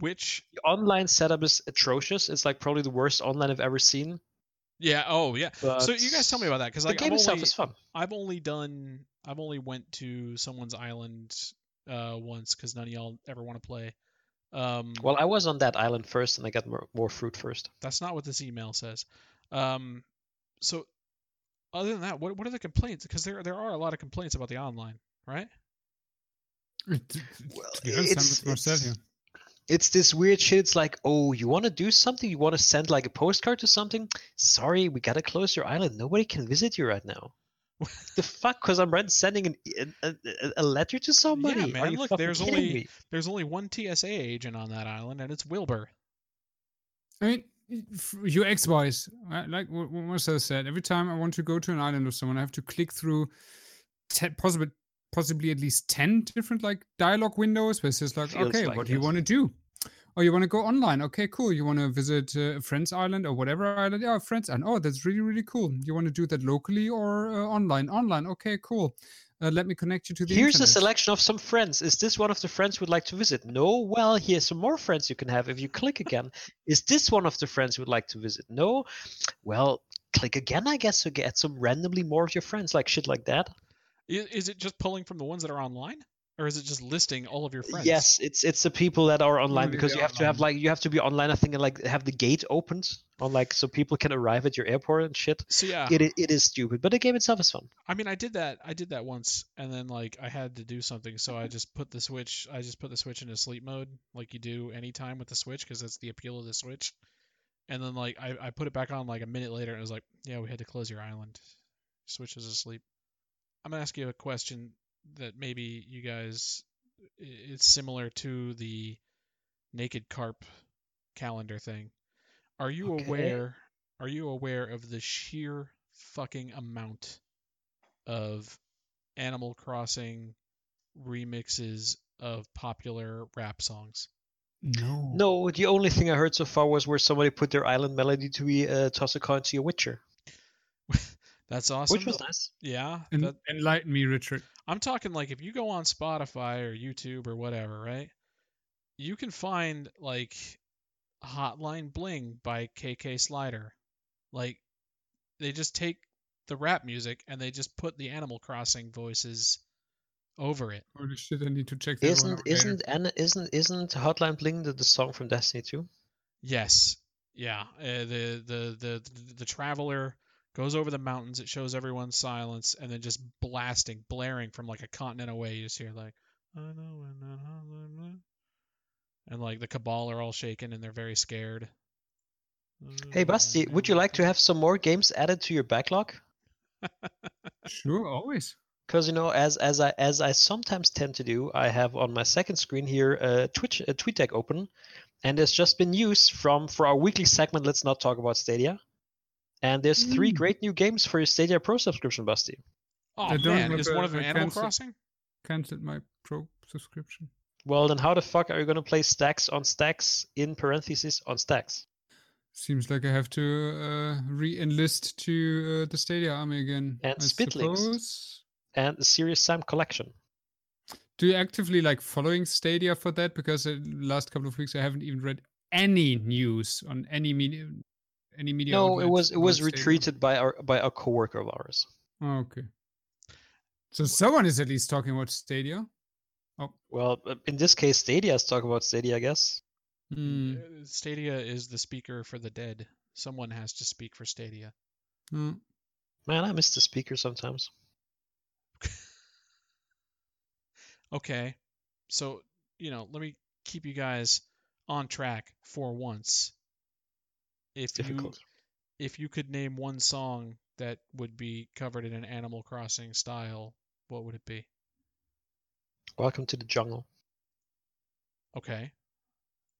which
The online setup is atrocious. It's like probably the worst online I've ever seen.
yeah, oh yeah.
But
So you guys tell me about that because
Uh, the
like
game
I've
itself
only,
is fun.
I've only done I've only went to someone's island uh once because none of y'all ever want to play. Um,
Well, I was on that island first, and I got more, more fruit first.
that's not what this email says. Um, so other than that, what what are the complaints? Because there there are a lot of complaints about the online, right?
Well,
To be honest, I'm
it's-
with Marcel
it's-
here.
It's this weird shit. It's like, oh, you want to do something? You want to send like a postcard to something? Sorry, we gotta close your island. Nobody can visit you right now. Like, the fuck? Because I'm right sending an, an, a, a- a letter to somebody. Are
man,
you
look,
fucking
there's
kidding
only-
me?
There's only one TSA agent on that island, and it's Wilbur.
I mean, f- UX wise, uh, like what what Marcel said, every time I want to go to an island of someone, I have to click through te- possibly possibly at least ten different like dialogue windows where it says like,
Feels
okay,
like
what do you
yes.
want to do? Oh, you want to go online? Okay, cool. You want to visit uh, a friend's island or whatever island? Yeah, a friend's island. Oh, that's really really cool. You want to do that locally or uh, online? Online. Okay, cool. Uh, let me connect you to the.
Here's a
internet.
selection of some friends. Is this one of the friends we'd like to visit? No. Well, here's some more friends you can have if you click again. Is this one of the friends you would like to visit? No. Well, click again, I guess, to get some randomly more of your friends, like shit like that.
I- Is, it just pulling from the ones that are online, or is it just listing all of your friends?
Yes, it's it's the people that are online
Only
because
the
you have to have like you have to be online. I think and like have the gate opened on like so people can arrive at your airport and shit.
So yeah,
It i- it is stupid, but the game itself is fun.
I mean, I did that. I did that once, and then like I had to do something, so I just put the switch. I just put the switch into sleep mode, like you do anytime with the switch, because that's the appeal of the switch. and then like I, I put it back on like a minute later and it was like, yeah, we had to close your island. Switches asleep. I'm gonna ask you a question that maybe you guys i- it's similar to the naked carp calendar thing. Are you
Okay.
aware are you aware of the sheer fucking amount of Animal Crossing remixes of popular rap songs? [LAUGHS]
No.
No, the only thing I heard so far was where somebody put their island melody to be uh, toss a coin to your Witcher,
That's awesome.
which was nice.
yeah,
En-
that,
enlighten me, Richard.
I'm talking like if you go on Spotify or YouTube or whatever, right? You can find like Hotline Bling by KK Slider. Like they just take the rap music and they just put the Animal Crossing voices over it.
Holy shit! I need to check that one
Isn't
out later.
isn't and isn't isn't Hotline Bling the, the song from Destiny 2?
Yes. Yeah. Uh, the, the the the the traveler goes over the mountains. It shows everyone silence, and then just blasting, blaring from like a continent away. You just hear like, "I know when I holler blue," and like the cabal are all shaken and they're very scared.
Hey Basti, would you like to have some more games added to your backlog?
Sure, always.
Because you know, as as I as I sometimes tend to do, I have on my second screen here a Twitch a tweet deck open, and there's just been news from for our weekly segment. Let's not talk about Stadia, and there's three
Mm.
great new games for your Stadia Pro subscription, Busty.
Oh
I don't
man, is
remember
one of them
the
Animal
concept.
Crossing?
Cancelled my pro subscription.
Well, then how the fuck are you gonna play stacks on stacks in parentheses on stacks?
Seems like I have to uh, re-enlist to uh, the Stadia army again.
And
I
Spitlinks.
suppose.
And the Serious Sam collection.
Do you actively like following Stadia for that? Because the last couple of weeks I haven't even read any news on any media, any media.
no, it
outlets
was it
about
was
Stadia.
retreated by our by a coworker of ours.
Oh, okay. So someone is at least talking about Stadia.
Well, uh, in this case, Stadia is talking about Stadia, I guess.
Hmm.
Uh, Stadia is the speaker for the dead. Someone has to speak for Stadia.
Hmm.
Man, I miss the speaker sometimes.
Mm-hmm.
okay so you know let me keep you guys on track for once if
Difficult.
you if you could name one song that would be covered in an animal crossing style what would it be
Welcome to the jungle.
okay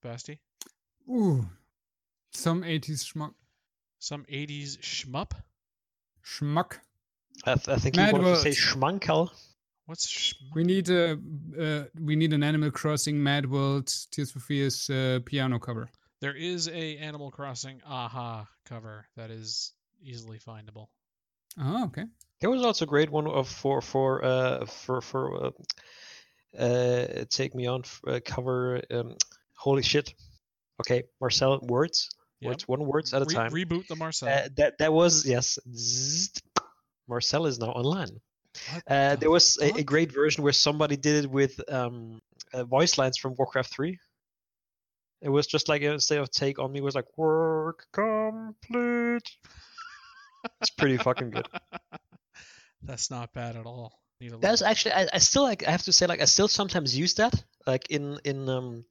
basti
Ooh, some '80s schmuck.
some 80s shmup
Schmuck.
I, th- I think
Mad
you wanted to say
World.
Schmankerl.
what's shmup
We need a uh, we need an Animal Crossing Mad World Tears for Fears uh, piano cover.
there is a animal crossing aha cover that is easily findable
Oh, okay.
There was also a great one of for for uh for for uh, uh take me on f- uh, cover um holy shit. Okay, Marcel words
Yep.
words one words at a
Re-
time.
reboot the marcel
Uh, that that was yes. Zzzt. Marcel is now online.
What
Uh,
the
there was a, a
fuck?
great version where somebody did it with um uh, voice lines from Warcraft Three. It was just like instead of take on me it was like work complete. It's pretty fucking good.
that's not bad at all Need a little-
[LAUGHS] That's actually I, I still like I have to say like I still sometimes use that like in in um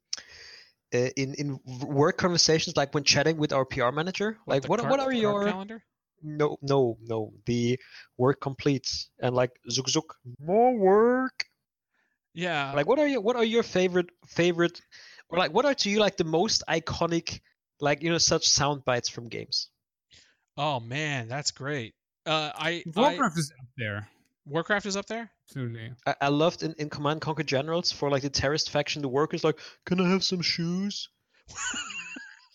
uh, in in w- work conversations like when chatting with our PR manager like
the
what
carp-
what are
carp
your
calendar
no no no the work completes and like zook zook more work
yeah
like what are your what are your favorite favorite or like what are to you like the most iconic like you know such sound bites from games
Oh man, that's great. Uh, I, I
Warcraft is up there.
Warcraft is up there.
Absolutely.
I, I loved in, in Command Conquer Generals for like the terrorist faction the workers like can I have some shoes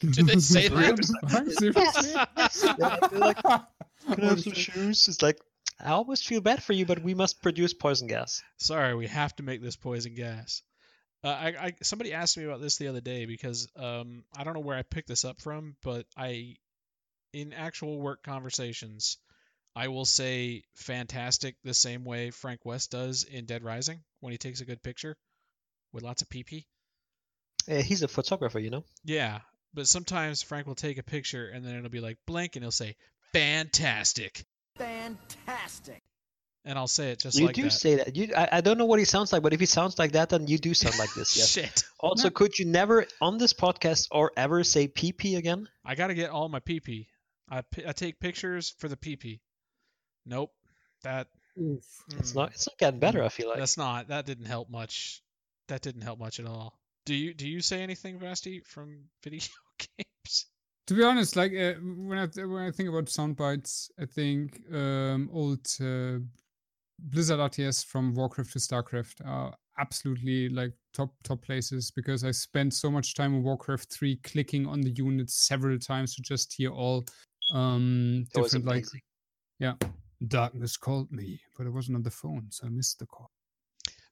Did
[LAUGHS]
they say
What
that?
the fuck? Seriously?
[LAUGHS] Yeah, I feel like-
[LAUGHS]
Can I have
Holy
some
shit.
shoes? It's like, I almost feel bad for you, but we must produce poison gas.
Sorry, we have to make this poison gas. Uh, I, I somebody asked me about this the other day because um, I don't know where I picked this up from, but I, in actual work conversations, I will say fantastic the same way Frank West does in Dead Rising when he takes a good picture with lots of PP.
Eh, he's a photographer, you know?
Yeah, but sometimes Frank will take a picture and then it'll be like blank and he'll say fantastic.
Fantastic.
you
like
do
that.
say that. You, I, I don't know what he sounds like, but if he sounds like that, then you do sound like this. Yes.
Shit.
Also, could you never on this podcast or ever say PP again?
I got to get all my PP. I, pi- I take pictures for the PP. Nope. That
It's
mm,
not. It's not getting better. I feel like.
That's not. That didn't help much. That didn't help much at all. Do you do you say anything, Vasty, from video [LAUGHS] games?
To be honest, like uh, when I th- when I think about sound bites, I think um, old uh, Blizzard RTS from Warcraft to Starcraft are absolutely like top top places because I spent so much time in Warcraft three clicking on the units several times to just hear all um,
That was
different like
amazing.
darkness called me, but it wasn't on the phone, so I missed the call.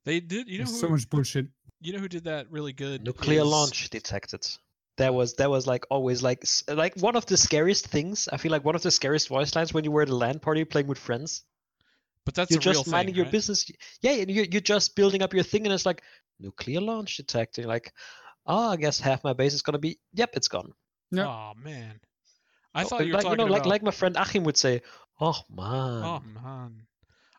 They did. You know
There's
who?
so much bullshit.
you know who did that really good?
nuclear
is-
launch detected. That was that was like always like s- like one of the scariest things. I feel like one of the scariest voice lines when you were at a LAN party playing with friends.
But that's
you're
a real
just
thing,
minding your
right?
business. Yeah, and you you're just building up your thing, and it's like nuclear launch detected. Like, oh, I guess half my base is gonna be. Yep, it's gone.
Yeah.
Oh man, I
Oh,
thought you were
like,
talking
know,
about.
like like my friend Achim would say. Oh man.
oh man,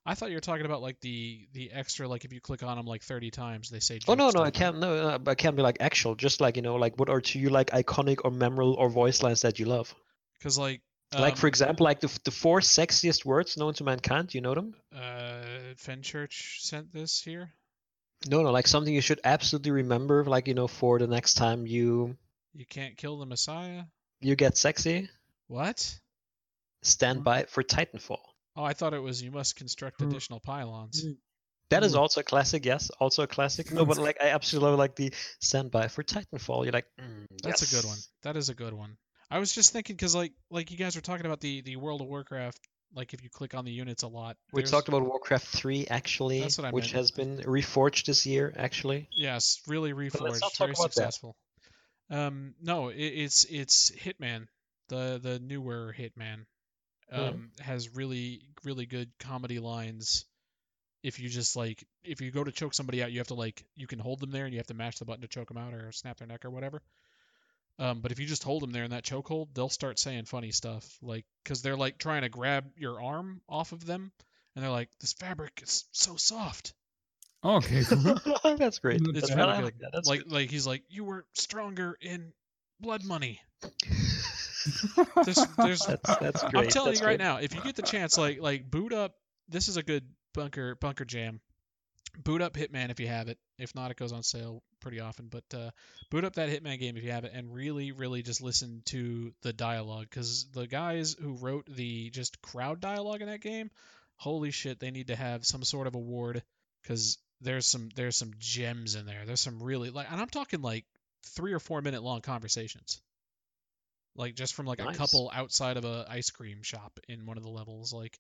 I thought you were talking about like the the extra like if you click on them like thirty times they say.
Oh no,
jump
no, I
start.
can't. No, no, I can't be like actual. Just like you know, like what are two like iconic or memorable or voice lines that you love?
Because like
like
um,
for example, like the f- the four sexiest words known to mankind. Do You know them?
uh, Fenchurch sent this here.
No, no, like something you should absolutely remember. Like you know, for the next time you
You can't kill the Messiah.
you get sexy,
What?
stand
What?
by for Titanfall.
Oh, I thought it was you must construct
Hmm.
additional pylons.
Hmm. That is
Mm.
Ooh.
also a classic. Yes, also a classic. No, but like I absolutely love like the stand by for Titanfall. You're like, mm,
That's a good one.
yes.
That is a good one. I was just thinking because like like you guys were talking about the the World of Warcraft. Like if you click on the units a lot,
We
there's-
talked about Warcraft 3 actually,
That's what I
which
meant.
has been reforged this year actually.
Yes, really
let's not
reforged,
talk
very
about that.
successful. Um, no, it, it's it's Hitman, the the newer Hitman,
Yeah.
um, has really really good comedy lines. If you just like, if you go to choke somebody out, you have to like, you can hold them there and you have to mash the button to choke them out or snap their neck or whatever. Um, but if you just hold them there in that chokehold, they'll start saying funny stuff, like because they're like trying to grab your arm off of them, and they're like, "This fabric is so soft."
Okay,
[LAUGHS]
cool.
That's great.
It's
That's
It's
Yeah,
I
really
like
good.
that. That's
like like he's like you were stronger in blood money.
[LAUGHS]
[LAUGHS]
There's- there's- [LAUGHS]
That's that's great.
I'm telling
that's
you right
great.
now, if you get the chance, like like boot up. This is a good bunker bunker jam. Boot up Hitman if you have it. If not, it goes on sale pretty often. But uh, boot up that Hitman game if you have it, and really really just listen to the dialogue because the guys who wrote the just crowd dialogue in that game, holy shit, they need to have some sort of award because there's some there's some gems in there. There's some really like, and I'm talking like three or four minute long conversations like just from like a
Nice.
couple outside of a ice cream shop in one of the levels like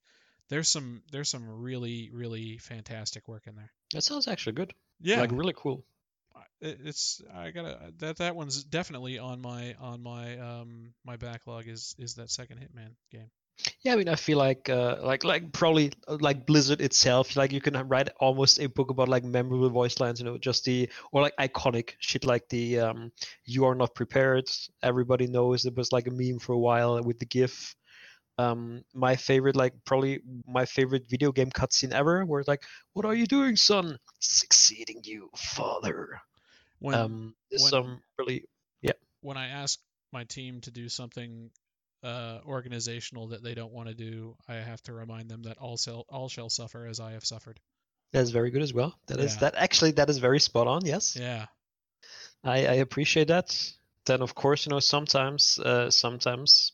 there's some there's some really really fantastic work in there
That sounds actually good.
yeah
Like really cool.
it, it's i gotta that that one's definitely on my on my um my backlog is is that second hitman game
Yeah, I mean, I feel like, uh, like, like probably uh, like Blizzard itself. Like, you can write almost a book about like memorable voice lines, you know, just the or like iconic shit, like the um, "You are not prepared." Everybody knows it was like a meme for a while with the GIF. Um, my favorite, like probably my favorite video game cutscene ever, where it's like, "What are you doing, son? Succeeding you, father."
when
um, there's
when-
some really
when i ask my team to do something uh organizational that they don't want to do i have to remind them that all shall all shall suffer as i have suffered
that's very good as well. That is
Yeah.
that actually that is very spot on. Yes.
yeah
I, I appreciate that. Then, of course, you know, sometimes, uh, sometimes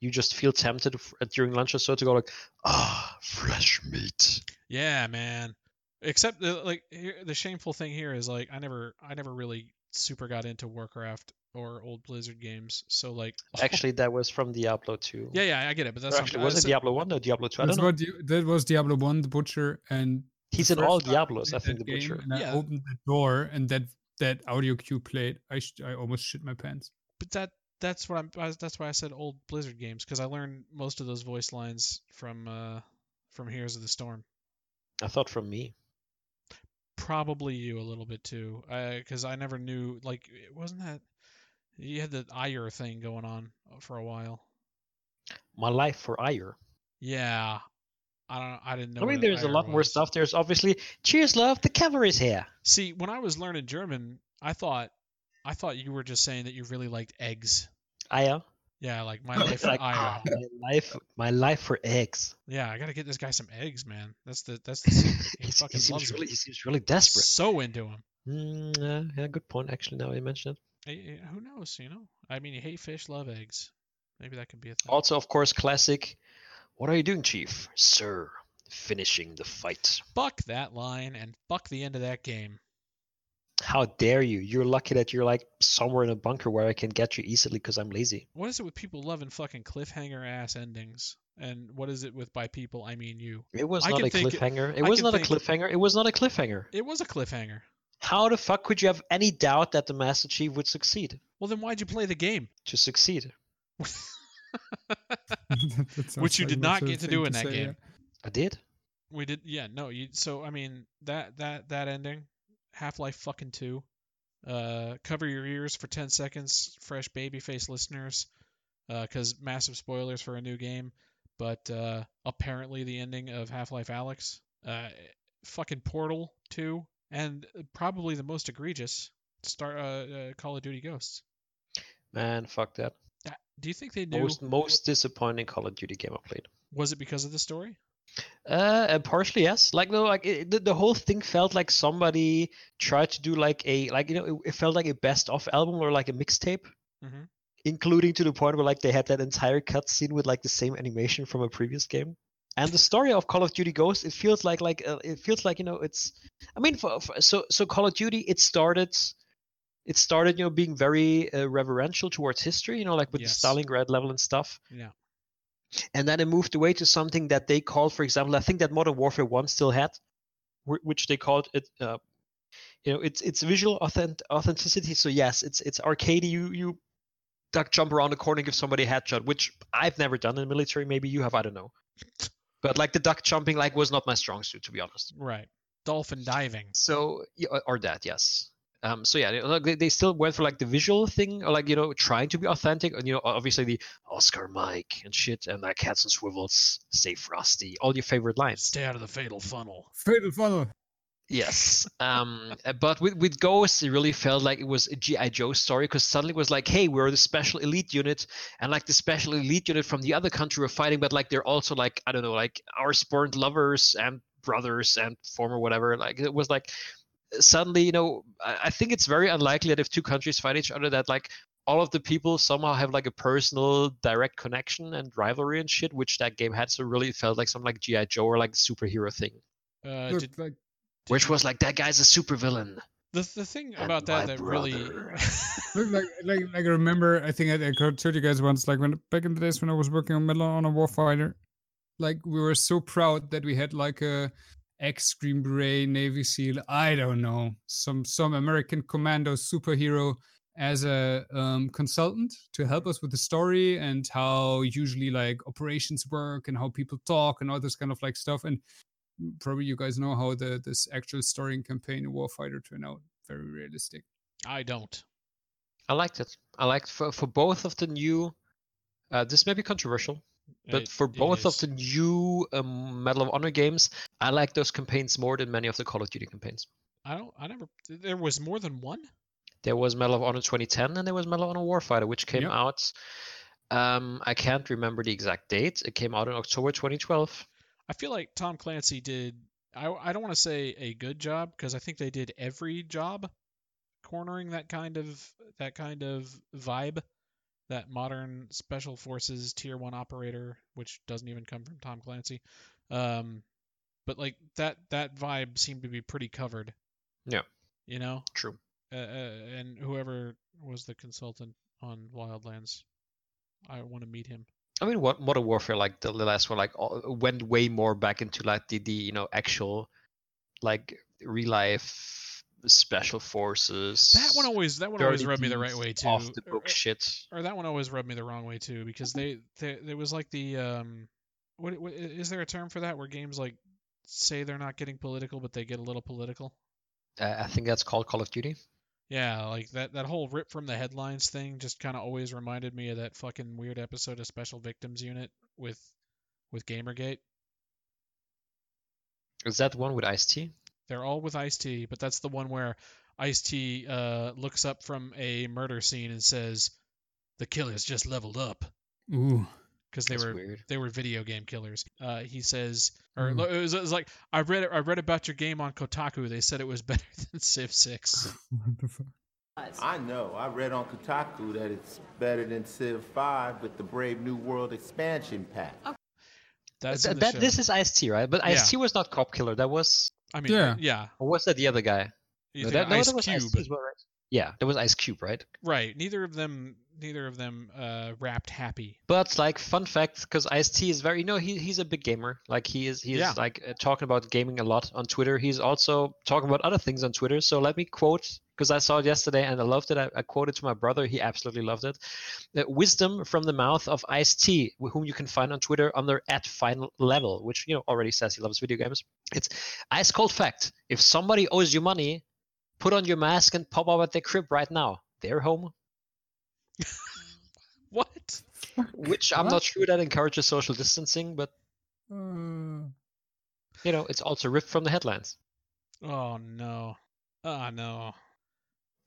you just feel tempted f- uh, during lunch or so to go like, ah, fresh
[LAUGHS]
meat.
Yeah, man. Except the, like here, the shameful thing here is like I never I never really super got into Warcraft or old Blizzard games. So like
Actually, that was from Diablo 2.
yeah, yeah, I get it, but that's
Or
what I'm-
Oh. actually,
I
was it
said-
Diablo 1 or Diablo 2? I don't
That's
know.
what Di- that was Diablo One, the Butcher, and
He's
the
in all
first time I
Diablos, I
played
think, the
that game
Butcher.
And I
Yeah.
opened the door, and that that audio cue played. I sh- I almost shit my pants. [LAUGHS]
But that that's what I'm I, was- that's why I said old Blizzard games because I learned most of those voice lines from uh from Heroes of the Storm.
I thought from me.
Probably you a little bit too, because I never knew like it wasn't that you had the ire thing uh, going on for a while.
My life for ire.
Yeah, I don't. I didn't know.
I mean,
what an
there's a
IR
lot more
was.
stuff. There's obviously cheers, love. The cavalry's here.
See, when I was learning German, I thought, I thought you were just saying that you really liked eggs. [LAUGHS]
Aya.
Yeah, like my
It's
life in
[LAUGHS] like, ah,
IR.
my life, my life for eggs.
Yeah, I gotta get this guy some eggs, man. That's the
[LAUGHS]
that's the secret. He
He's- he
fucking
seems
loves
really, he
it. uh,
seems really desperate.
So into him.
Mm, yeah, yeah, good point. Actually, now you mention it.
Eh, eh, who knows? You know, I mean, you hate fish, love eggs. Maybe that could be a thing.
Also, of course, classic. What are you doing, Chief? Sir, finishing the fight.
fuck that line and fuck the end of that game.
How dare you? You're lucky that you're like somewhere in a bunker where I can get you easily because I'm lazy.
What is it with people loving fucking cliffhanger ass endings? And what is it with by people? I mean you.
It was
I
not
can
a
think-
cliffhanger. It
I
was
can
not a
think-
cliffhanger. It was not a cliffhanger.
It was a cliffhanger.
How the fuck could you have any doubt that the Master Chief would succeed?
Well, then why'd you play the game? [LAUGHS]
To succeed,
That- that sounds
you
like
did
an
not
absurd
get to
thing
do in that
say,
game.
yeah.
I did.
We did, yeah, no. You so I mean that that that ending, Half Life fucking two. Uh, cover your ears for ten seconds, fresh babyface listeners, because massive spoilers for a new game. But uh, apparently the ending of Half Life Alex, uh, fucking Portal two, and probably the most egregious, Star uh, uh, Call of Duty Ghosts.
Man, fuck that.
That- Do you think they knew?
Most most disappointing Call of Duty game I played.
Was it because of the story?
Uh, and partially yes. Like no, like it, the, the whole thing felt like somebody tried to do like a like you know it, it felt like a best of album or like a mixtape,
Mhm.
including to the point where like they had that entire cutscene with like the same animation from a previous game. And the story of Call of Duty Ghosts, it feels like like uh, it feels like you know it's. I mean, for, for, so so Call of Duty, it started. It started, you know, being very uh, reverential towards history, you know, like with
Yes.
the Stalingrad level and stuff
Yeah.
and then it moved away to something that they called, for example, I think that Modern Warfare One still had, wh- which they called it. Uh, you know, it's it's visual authent- authenticity. So yes, it's it's arcadey. You you duck jump around the corner and give somebody a headshot, which I've never done in the military. Maybe you have, I don't know. But like the duck jumping, like was not my strong suit, to be honest.
Right. Dolphin diving.
So yeah, or- or that, yes. Um, so yeah, they- like, they, they still went for like the visual thing, or like you know, trying to be authentic, and you know, obviously the Oscar mic and shit, and like hats and swivels, stay frosty, all your favorite lines.
Stay out of the fatal funnel.
Fatal Funnel.
Yes. Um, uh, but with with Ghosts, it really felt like it was a GI Joe story because suddenly it was like, hey, we're the special elite unit, and like the special elite unit from the other country we're fighting, but like they're also like I don't know, like our spurned lovers and brothers and former whatever. Like it was like uh, suddenly, you know, I, I think it's very unlikely that if two countries fight each other, that like all of the people somehow have like a personal direct connection and rivalry and shit, which that game had. So really, it felt like some like GI Joe or like superhero thing,
Uh,
Look,
did,
like
Did
which
you-
was like that guy's a supervillain.
the the thing
And
about
my
that that really
brother.
Look, like, like, like I remember, I think I, I told you guys once, like when back in the days when I was working on Medal on a Warfighter, like we were so proud that we had like a ex Green Beret Navy SEAL, I don't know, some some American commando superhero as a um, consultant to help us with the story and how usually like operations work and how people talk and all this kind of like stuff. And probably you guys know how the this actual story and campaign in Warfighter turned out. Very realistic.
[LAUGHS] I don't.
I liked it. I liked for, for both of the new. Uh, this may be controversial, but
It-
for
it
both of
is.
the new um, Medal of Honor games, I like those campaigns more than many of the Call of Duty campaigns.
I don't. I never. There was more than one.
There was Medal of Honor 2010, and there was Medal of Honor Warfighter, which came
Yep.
out. Um, I can't remember the exact date. It came out in October 2012.
I feel like Tom Clancy did. I I don't want to say a good job because I think they did every job, cornering that kind of that kind of vibe, that modern special forces tier one operator, which doesn't even come from Tom Clancy. Um, but like that that vibe seemed to be pretty covered.
Yeah.
You know.
True.
uh, and whoever was the consultant on Wildlands, I want to meet him.
I mean, what Modern Warfare, like the, the last one, like all, went way more back into like the, the you know actual, like real life special forces.
That one always that one always
dirty
rubbed me the right
deeds,
way too. Uh,
Off the
or-
book shit.
Or, that one always rubbed me the wrong way too because they they there was like the um, what, what is there a term for that where games like say they're not getting political but they get a little political?
Uh, I think that's called Call of Duty.
Yeah, like that that whole rip from the headlines thing just kind of always reminded me of that fucking weird episode of Special Victims Unit with with Gamergate
Is that the one with Ice T?
They're all with Ice T, but that's the one where Ice T uh, looks up from a murder scene and says, "The killer's just leveled up,"
Ooh. [LAUGHS]
because they
That's
were
weird.
they were video game killers. Uh, he says, or
Hmm.
lo- it, was, it was like I read I read about your game on Kotaku. They said it was [LAUGHS] better than Civ Six.
What the fuck?
I know. I read on Kotaku that it's better than Civ 5 with the Brave New World expansion pack.
That's
Th-
in the
that
show.
this is Ice T, right? But
Yeah.
Ice T was not Cop Killer. That was
I mean, yeah,
Yeah.
yeah.
or was that the other guy?
You
No,
think
that,
of
no,
Ice
that was Ice
Cube,
T as well, right? Yeah, that was Ice Cube, right?
right? Neither of them, neither of them, uh, rapped happy. [LAUGHS]
But like fun fact, because Ice T is very, you know, he he's a big gamer. Like he is, he is
Yeah.
like uh, talking about gaming a lot on Twitter. He's also talking about other things on Twitter. So let me quote, because I saw it yesterday and I loved it. I, I quoted to my brother. He absolutely loved it. Uh, Wisdom from the mouth of Ice T, wh- whom you can find on Twitter under at final level, which you know already says he loves video games. It's ice cold fact. If somebody owes you money, put on your mask and pop up at their crib right now. They're home.
What?
Which I'm not
What?
sure that encourages social distancing, but
Hmm.
Uh,
you know, it's also ripped from the headlines.
Oh no! Oh no!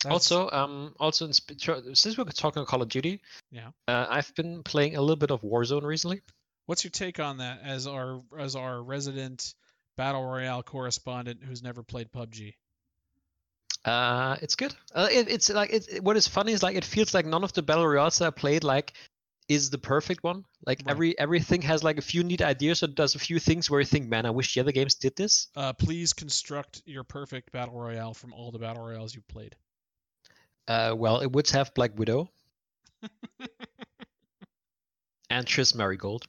Also, um, also in sp- tr- since we're talking Call of Duty,
Yeah.
uh, I've been playing a little bit of Warzone recently.
What's your take on that as our as our resident battle royale correspondent who's never played PUBG?
Uh, it's good. Uh, it, it's like it, it- what is funny is like it feels like none of the battle royals that I played like is the perfect one. Like
Right.
every everything has like a few neat ideas or does a few things where you think, man, I wish the other games did this.
Uh, please construct your perfect battle royale from all the battle royales you've played.
Uh, well, it would have Black Widow and Tris Marigold,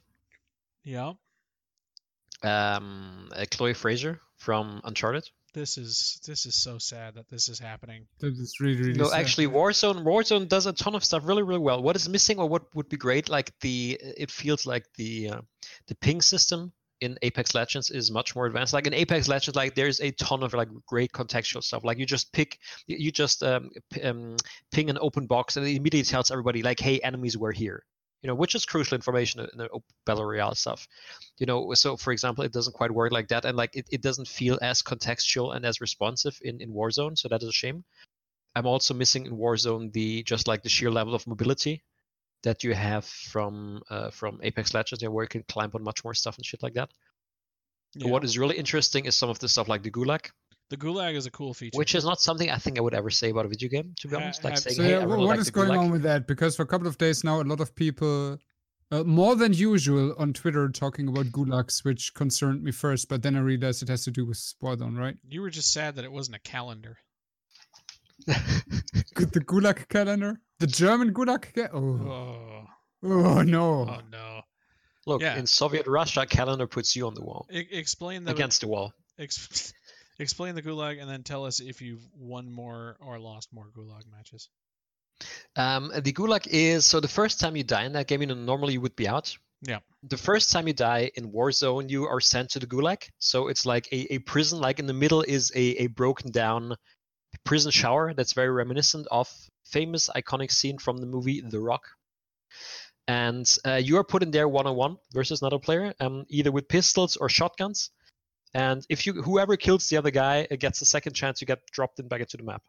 yeah,
um, uh, Chloe Fraser from Uncharted.
this is this is so sad that this is happening.
that is really, really
No,
sad.
actually, Warzone Warzone does a ton of stuff really, really well. What is missing, or what would be great, like the it feels like the uh, the ping system in Apex Legends is much more advanced. Like in Apex Legends, like there's a ton of like great contextual stuff. Like you just pick, you you just um, p- um, ping an open box, and it immediately tells everybody like, "Hey, enemies were here." You know, which is crucial information in the op- battle royale stuff. You know, so for example, it doesn't quite work like that, and like it, it doesn't feel as contextual and as responsive in in Warzone. So that is a shame. I'm also missing in Warzone the just like the sheer level of mobility that you have from uh, from Apex Legends, you know, where you can climb on much more stuff and shit like that.
Yeah.
What is really interesting is some of the stuff like the Gulag,
the Gulag is a cool feature.
which is not something I think I would ever say about a video game, to be
Ha-
honest. Like
have-
saying,
So
"Hey,
yeah,
I
wh-
really
what
like
is
the
going
Gulag."
on with [LAUGHS] that? Because for a couple of days now, a lot of people, uh, more than usual, on Twitter talking about gulags, which concerned me first. But then I realized it has to do with Warzone, right? [LAUGHS]
you were just sad that it wasn't a calendar.
Gu- The gulag calendar, the German gulag. Ca- oh.
Oh,
oh no!
oh no!
[LAUGHS] Look,
Yeah.
in Soviet Russia, calendar puts you on the wall,
E- explain the
against the wall.
ex- [LAUGHS] explain the Gulag and then tell us if you've won more or lost more Gulag matches.
Um, the Gulag is so the first time you die in that game, you know, normally you would be out.
Yeah.
The first time you die in Warzone, you are sent to the Gulag. So it's like a, a prison. Like in the middle is a, a broken down prison shower that's very reminiscent of famous iconic scene from the movie The Rock. And uh, you are put in there one on one versus another player, um, either with pistols or shotguns. And if you whoever kills the other guy uh, gets a second chance to get dropped in back into the map.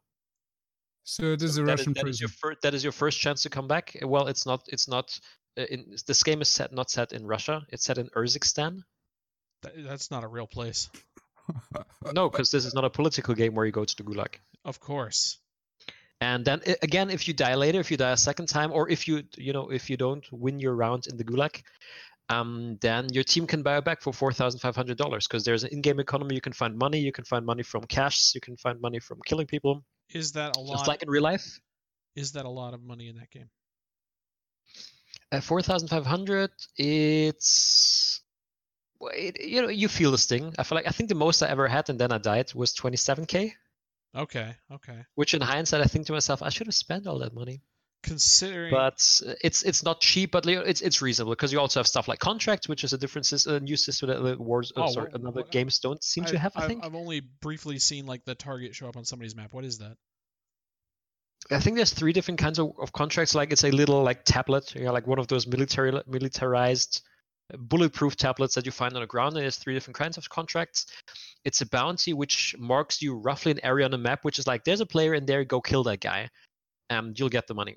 So it is a
So that is-
Russian
that is
prison.
your first. That is your first chance to come back. Uh, Well, it's not. It's not. uh, In, this game is set not set in Russia. It's set in Urzikstan.
That, that's not a real place.
No, because this is not a political game where you go to the gulag.
Of course.
And then i- again, if you die later, if you die a second time, or if you you know if you don't win your round in the gulag, um, then your team can buy back for four thousand five hundred dollars because there's an in-game economy. You can find money. You can find money from cash. You can find money from killing people.
Is that a lot?
Just like in real life.
Is that a lot of money in that game?
at 4500 it's well, it, you know you feel this thing i feel like i think the most i ever had and then i died was 27k
Okay, okay.
which in hindsight i think to myself i should have spent all that money
Considering
but uh, it's it's not cheap but you know, it's it's reasonable because you also have stuff like contracts which is a different system, a new system that the wars uh,
Oh,
sorry,
well,
another
well,
games don't seem to have i
I've-
think
I've only briefly seen like the target show up on somebody's map. What is that?
I think there's three different kinds of, of contracts. Like it's a little like tablet, you know, like one of those military militarized uh, bulletproof tablets that you find on the ground. And there's three different kinds of contracts. It's a bounty which marks you roughly an area on the map, which is like there's a player in there, go kill that guy, and you'll get the money.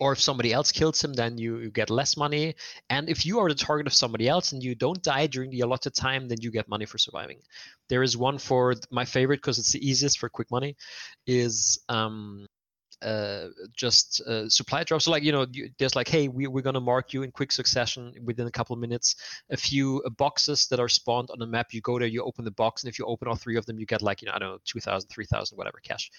Or if somebody else kills him, then you, you get less money. And if you are the target of somebody else and you don't die during the allotted time, then you get money for surviving. There is one for my favorite because it's the easiest for quick money, is um, uh, just uh, supply drops. So like you know, you, there's like, hey, we, we're gonna mark you in quick succession within a couple of minutes. A few uh, boxes that are spawned on the map. You go there, you open the box, and if you open all three of them, you get like you know, I don't know, 2,000, 3,000, whatever cash.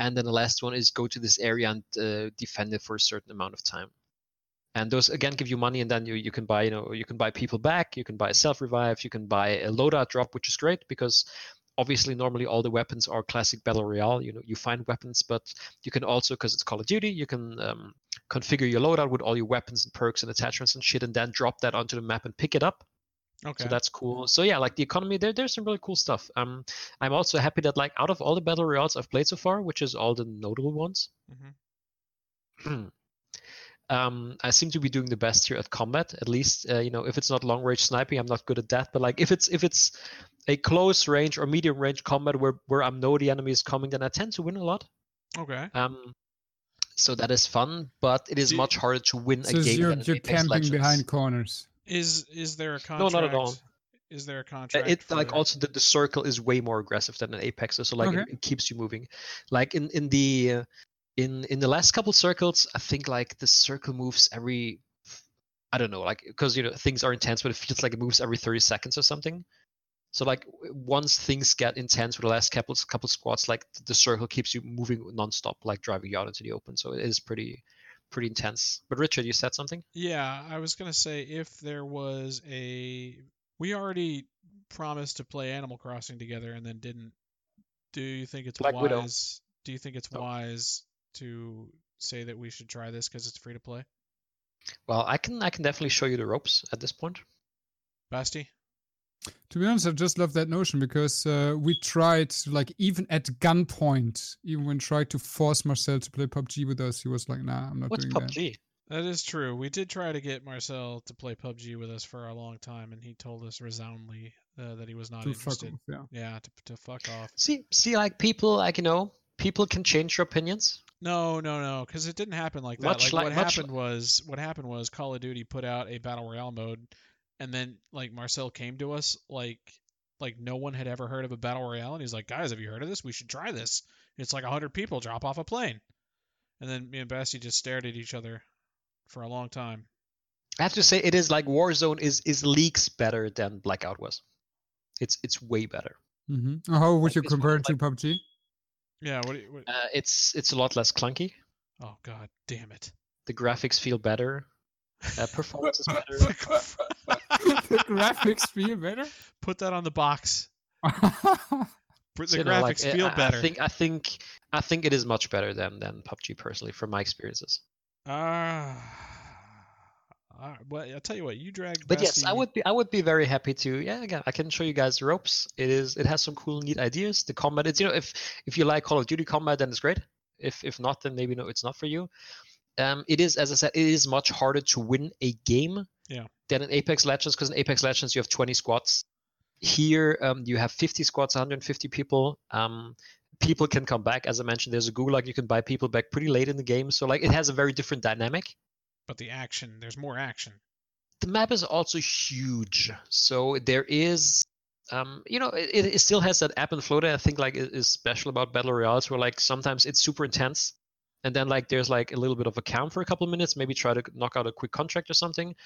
And then the last one is go to this area and uh, defend it for a certain amount of time. And those again give you money, and then you, you can buy you know you can buy people back, you can buy self revive, you can buy a loadout drop, which is great because obviously normally all the weapons are classic battle royale you know you find weapons but you can also because it's call of duty you can um, configure your loadout with all your weapons and perks and attachments and shit and then drop that onto the map and pick it up
Okay.
so that's cool so yeah like the economy there, there's some really cool stuff um i'm also happy that like out of all the battle royales i've played so far which is all the notable ones
Mhm.
[CLEARS THROAT] um, I seem to be doing the best here at combat. At least, uh, you know, if it's not long range sniping, I'm not good at that. But like, if it's if it's a close range or medium range combat where where I know the enemy is coming, then I tend to win a lot.
Okay.
Um, so that is fun, but it is
Do-
much harder to win
[LAUGHS]
[LAUGHS]
So
a game.
you're,
than in
you're
Apex
camping
Legends.
behind corners.
Is is there a
No,
contract?
not at all.
Is there a
Uh,
contract?
It
for-
like also the, the circle is way more aggressive than an apex, so like it,
Okay.
it keeps you moving. Like in in the uh, in in the last couple circles, I think like the circle moves every I don't know, like because you know things are intense, but it feels like it moves every thirty seconds or something. So like w- once things get intense with the last couple couple squads, like th- the circle keeps you moving nonstop, like driving you out into the open. So it is pretty pretty intense. But Richard, you said something.
Yeah, I was gonna say if there was a we already promised to play Animal Crossing together and then didn't. Do you think it's
Black
wise?
Widow. Oh.
Do you think it's
No.
wise to say that we should try this because it's free to play?
Well, I can I can definitely show you the ropes at this point.
Basti?
To be honest, I just love that notion because uh, we tried, like, even at gunpoint, even when tried to force Marcel to play PUBG with us, he was like, "Nah, I'm not
What's
doing that."
PUBG?
That is true. We did try to get Marcel to play PUBG with us for a long time, and he told us resoundly uh, that he was not
To fuck
interested.
off, yeah.
Yeah, to, to fuck off.
See, see, like people, like you know, people can change your opinions.
No, no, no, because it didn't happen like that.
Much like-
like what
much
happened was what happened was Call of Duty put out a battle royale mode, and then like Marcel came to us like like no one had ever heard of a battle royale, and he's like, guys, have you heard of this? We should try this. It's like hundred people drop off a plane, and then me and Basti just stared at each other for a long time.
I have to say, it is like Warzone is is leaks better than Blackout was. It's it's way better.
Mhm. How would
Like
you
this one,
compare it to PUBG?
[LAUGHS]
Yeah. What? do you- what
Uh, it's it's a lot less clunky.
oh God, damn it.
The graphics feel better.
[LAUGHS]
Uh, performance is better.
the graphics feel better. [LAUGHS]
Put that on the box. Pr- The
You know, like,
graphics
uh,
feel
I-
better.
I think I think I think it is much better than than PUBG personally, from my experiences.
Ah. Uh, well, I'll tell you what. You drag.
But yes, I
Basti-
would be I would be very happy to. Yeah, again, I can show you guys the ropes. It is it has some cool, neat ideas. The combat, it's you know, if if you like Call of Duty combat, then it's great. If if not, then maybe no, it's not for you. Um, it is as I said, it is much harder to win a game.
Yeah.
Than in Apex Legends, because in Apex Legends you have 20 squads. Here, um, you have 50 squads, 150 people. Um, people can come back, as I mentioned. There's a gulag. You can buy people back pretty late in the game, so like it has a very different dynamic.
but the action there's more action
the map is also huge so there is um you know it, it still has that app and flow that i think like is is special about battle royales where like sometimes it's super intense and then like there's like a little bit of a calm for a couple of minutes maybe try to knock out a quick contract or something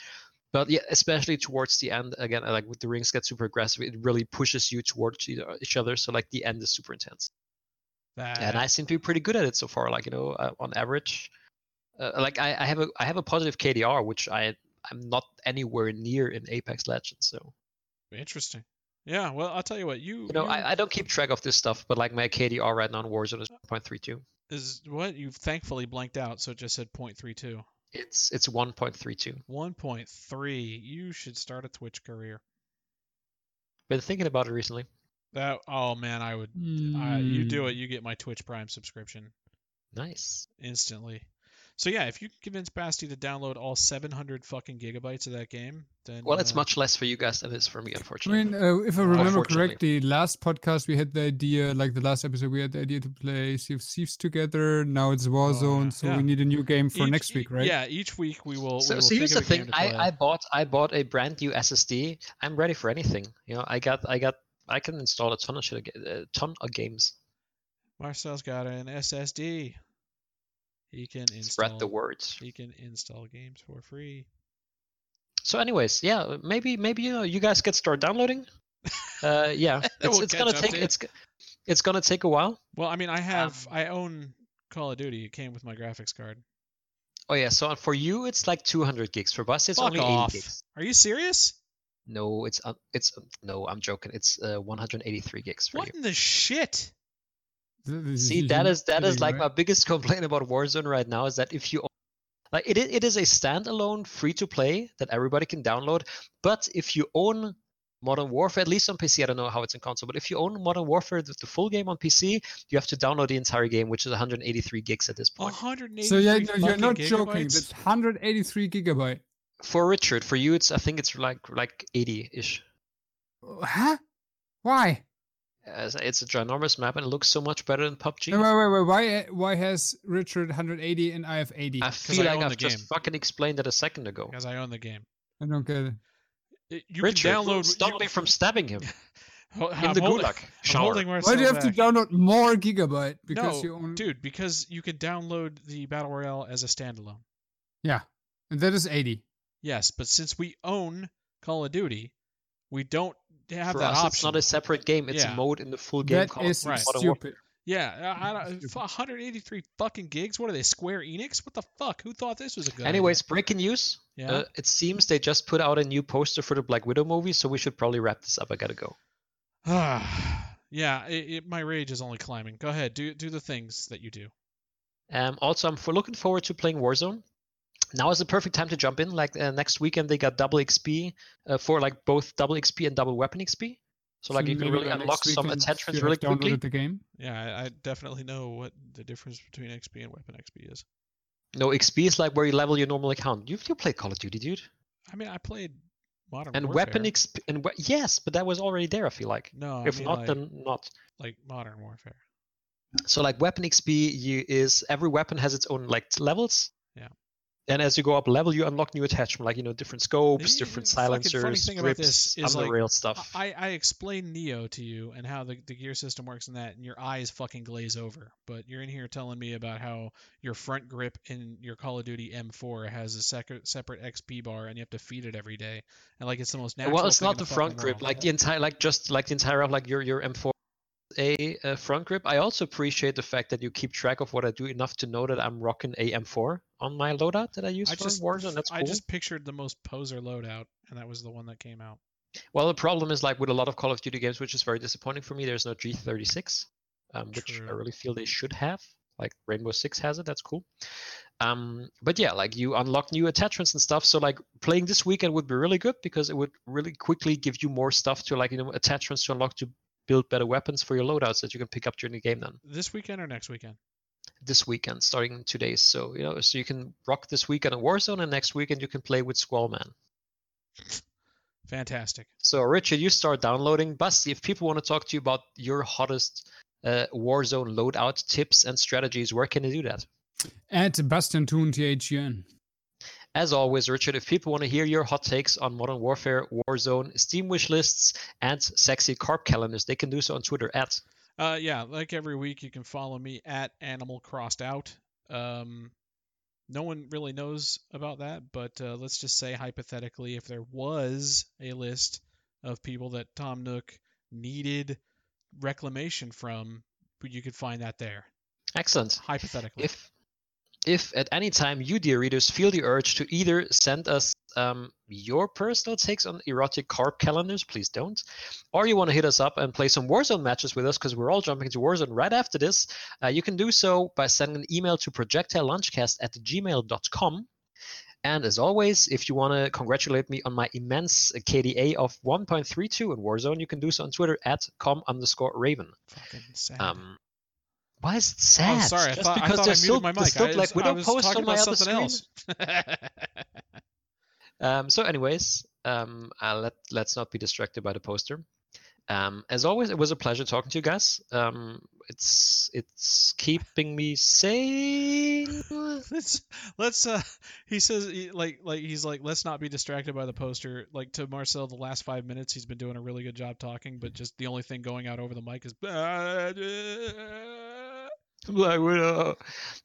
but yeah especially towards the end again like with the rings get super aggressive it really pushes you towards each- each other so like the end is super intense
that
and I seem to be pretty good at it so far. Like you know, uh, on average, uh, like I, I have a I have a positive KDR, which I I'm not anywhere near in Apex Legends. So
interesting yeah well i'll tell you what you,
you know,
you-
I, I don't keep track of this stuff, but like my KDR right now in Warzone is 1.32.
is what you thankfully blanked out so it just said 0.32
It's it's 1.32.
1.3 you should start a twitch career
Been thinking about it recently.
that oh man i would uh, you do it you get my twitch prime subscription
Nice.
instantly So yeah, if you convince Basti to download all 700 fucking gigabytes of that game, then
Well, it's
uh,
much less for you guys than it is for me,
I
unfortunately.
mean, uh, if I remember
Unfortunately.
correctly, last podcast we had the idea, like the last episode, we had the idea to play Sea of Thieves together. Now it's Warzone, so
Oh, Yeah.
we need a new game for
each-
next week,
e-
right?
Yeah, each week we will. we
so,
will
so
think
here's the
of a game
thing.
to play.
I, I bought I bought a brand new SSD. I'm ready for anything. You know, I got I got I can install a ton of shit, ag- a ton of games.
Marcel's got an SSD. He can install.
Spread the words.
He can install games for free.
So, anyways, yeah, maybe maybe uh, you know, you guys get start downloading. Uh,
[LAUGHS]
yeah, it's,
We'll
it's gonna
catch up
take
to you.
it's g- it's gonna take a while.
Well, I mean, I have.
Um,
I own Call of Duty. It came with my graphics card.
Oh yeah, so for you it's like 200 gigs. For Basti it's
Fuck
only
off.
80 gigs.
Are you serious?
No, it's uh, it's no, I'm joking. It's uh, 183 gigs for
What
you.
in the shit?
Th- this
See,
you [LAUGHS]
that is that is
kidding,
like
right?
my biggest [LAUGHS] complaint about Warzone right now is that if you like it, i- it is a standalone free to play that everybody can download. But if you own Modern Warfare, at least on PC, I don't know how it's in console, but if you own Modern Warfare, the, the full game on PC, you have to download the entire game, which is 183 gigs at this point.
180.
So yeah, no, you're not joking. That's 183 gigabyte.
For Richard, for you, it's I think it's like like 80 ish.
Uh, Huh? Why?
As- It's a ginormous map and it looks so much better than PUBG.
No, wait, wait, wait. Why? Why has Richard 180 and I have 80?
I
I
feel
I
like
own
I've
the
just
game.
fucking explained that a second ago.
Because I own the game.
don't get it.
It- you
Richard,
can download.
stop me from stabbing him.
Ho-
in
I'm
the
holding-
gulag
I'm
shower.
holding
Why
Marcel
do you have to
back.
download more gigabyte? Because
no,
you own.
dude, because you can download the battle royale as a standalone.
Yeah, and that is 80.
Yes, but since we own Call of Duty, we don't have
For
that
us,
option.
it's not a separate game. It's
Yeah.
a mode in the full game.
That
called
is
Right.
Modern Warfare.
stupid.
Yeah, I, I,
Stupid.
don't- 183 fucking gigs. What are they? Square Enix? What the fuck? Who thought this was a good? idea?
Anyways, breaking news.
yeah.
Uh, it seems they just put out a new poster for the Black Widow movie, so we should probably wrap this up. I gotta go. uh,
yeah. [SIGHS] It, it, my rage is only climbing. Go ahead, do do the things that you do.
Um, also, I'm for looking forward to playing Warzone. Now is the perfect time to jump in. Like uh, next weekend, they got double XP uh, for like both double XP and double weapon XP. So like you can
maybe
really
by
unlock
next
some
weekend
attachments
you have
really quickly.
downloaded the game.
Yeah, I, I definitely know what the difference between XP and weapon XP is.
No, XP is like where you level your normal account. You you play Call of Duty, dude.
I mean, I played Modern
And
Warfare.
weapon XP and we- yes, but that was already there. I feel like.
No, I
if
mean,
not,
like,
then not.
like Modern Warfare.
So like weapon XP you, is every weapon has its own like levels.
Yeah.
And as you go up level, you unlock new attachment, like you know, different scopes,
Yeah,
different
the fucking funny
silencers,
thing about
grips,
this is, like,
rail stuff.
I, I explained Neo to you and how the, the gear system works and that, and your eyes fucking glaze over. But you're in here telling me about how your front grip in your Call of Duty M4 has a sec- separate XP bar and you have to feed it every day. And like it's the most natural.
well, it's
thing
not
in
the
the,
front
fucking
grip,
world.
like the entire, like just like the entire, like your your M4 a uh, front grip. I also appreciate the fact that you keep track of what I do enough to know that I'm rocking a M4 on my loadout that I use
I
for
just,
Warzone. That's cool.
I just pictured the most poser loadout, and that was the one that came out.
Well, the problem is like with a lot of Call of Duty games, which is very disappointing for me. There's no G36, um, which I
True.
really feel they should have. Like Rainbow Six has it. That's cool. Um, but yeah, like you unlock new attachments and stuff. So like playing this weekend would be really good because it would really quickly give you more stuff to like you know attachments to unlock to build better weapons for your loadouts that you can pick up during the game. Then
This weekend or next weekend?
this weekend, starting in two days. So you know, so you can rock this weekend in Warzone, and next weekend you can play with Squallman.
Fantastic.
So, Richard, you start downloading. Basti, if people want to talk to you about your hottest uh, Warzone loadout tips and strategies, where can they do that?
At Bastian Toon THN.
As always, Richard, if people want to hear your hot takes on Modern Warfare, Warzone, Steam wish lists, and sexy carp calendars, they can do so on Twitter at.
Uh, yeah, like every week, you can follow me at Animal Crossed Out. Um, no one really knows about that, but uh, let's just say hypothetically, if there was a list of people that Tom Nook needed reclamation from, you could find that there.
Excellent.
Hypothetically,
If if at any time you, dear readers, feel the urge to either send us um, your personal takes on erotic carp calendars, please don't, or you want to hit us up and play some Warzone matches with us because we're all jumping into Warzone right after this, uh, you can do so by sending an email to projectilelunchcast at gmail.com. And as always, if you want to congratulate me on my immense KDA of 1.32 in Warzone, you can do so on Twitter at com underscore raven.
fucking sad.
Um, Why is it sad?
Oh, sorry. I
Just
thought, I
because
thought
they're
I muted
still,
my
they're
mic.
still
I,
Black
was- I
Widow
was
posts
talking
on my
about
other
something
screen.
else. [LAUGHS]
Um, so, anyways, um, uh, let let's not be distracted by the poster. Um, as always, it was a pleasure talking to you guys. Um, it's it's keeping me sane.
[LAUGHS] let's let's uh he says he- like like he's like let's not be distracted by the poster like to marcel the last five minutes he's been doing a really good job talking but just the only thing going out over the mic is [LAUGHS]
Black Widow.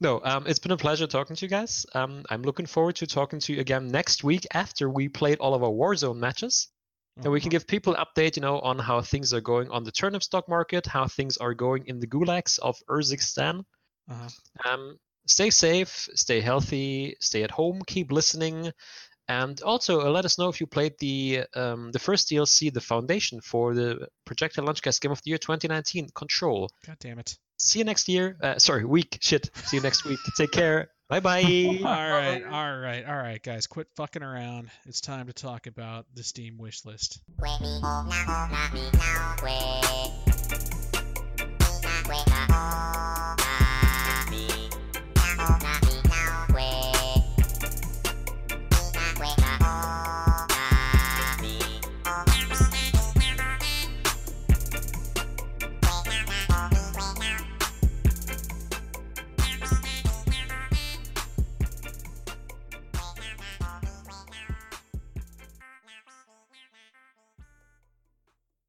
No, um, it's been a pleasure talking to you guys. Um, I'm looking forward to talking to you again next week after we played all of our Warzone matches. And
Oh, Mm-hmm.
we can give people an update, you know, on how things are going on the turnip stock market, how things are going in the gulags of Urzikstan.
Uh-huh.
Um, stay safe, stay healthy, stay at home, keep listening, and also uh, let us know if you played the um, the first DLC, the Foundation, for the Projectile Launchcast Game of the Year 2019, Control.
god
[LAUGHS]
damn it
See you next year. Uh, sorry, week. Shit. See you next week. Take care. Bye bye.
all right all right all right guys quit fucking around it's time to talk about the steam wish list
Wait me now, not me now, wait.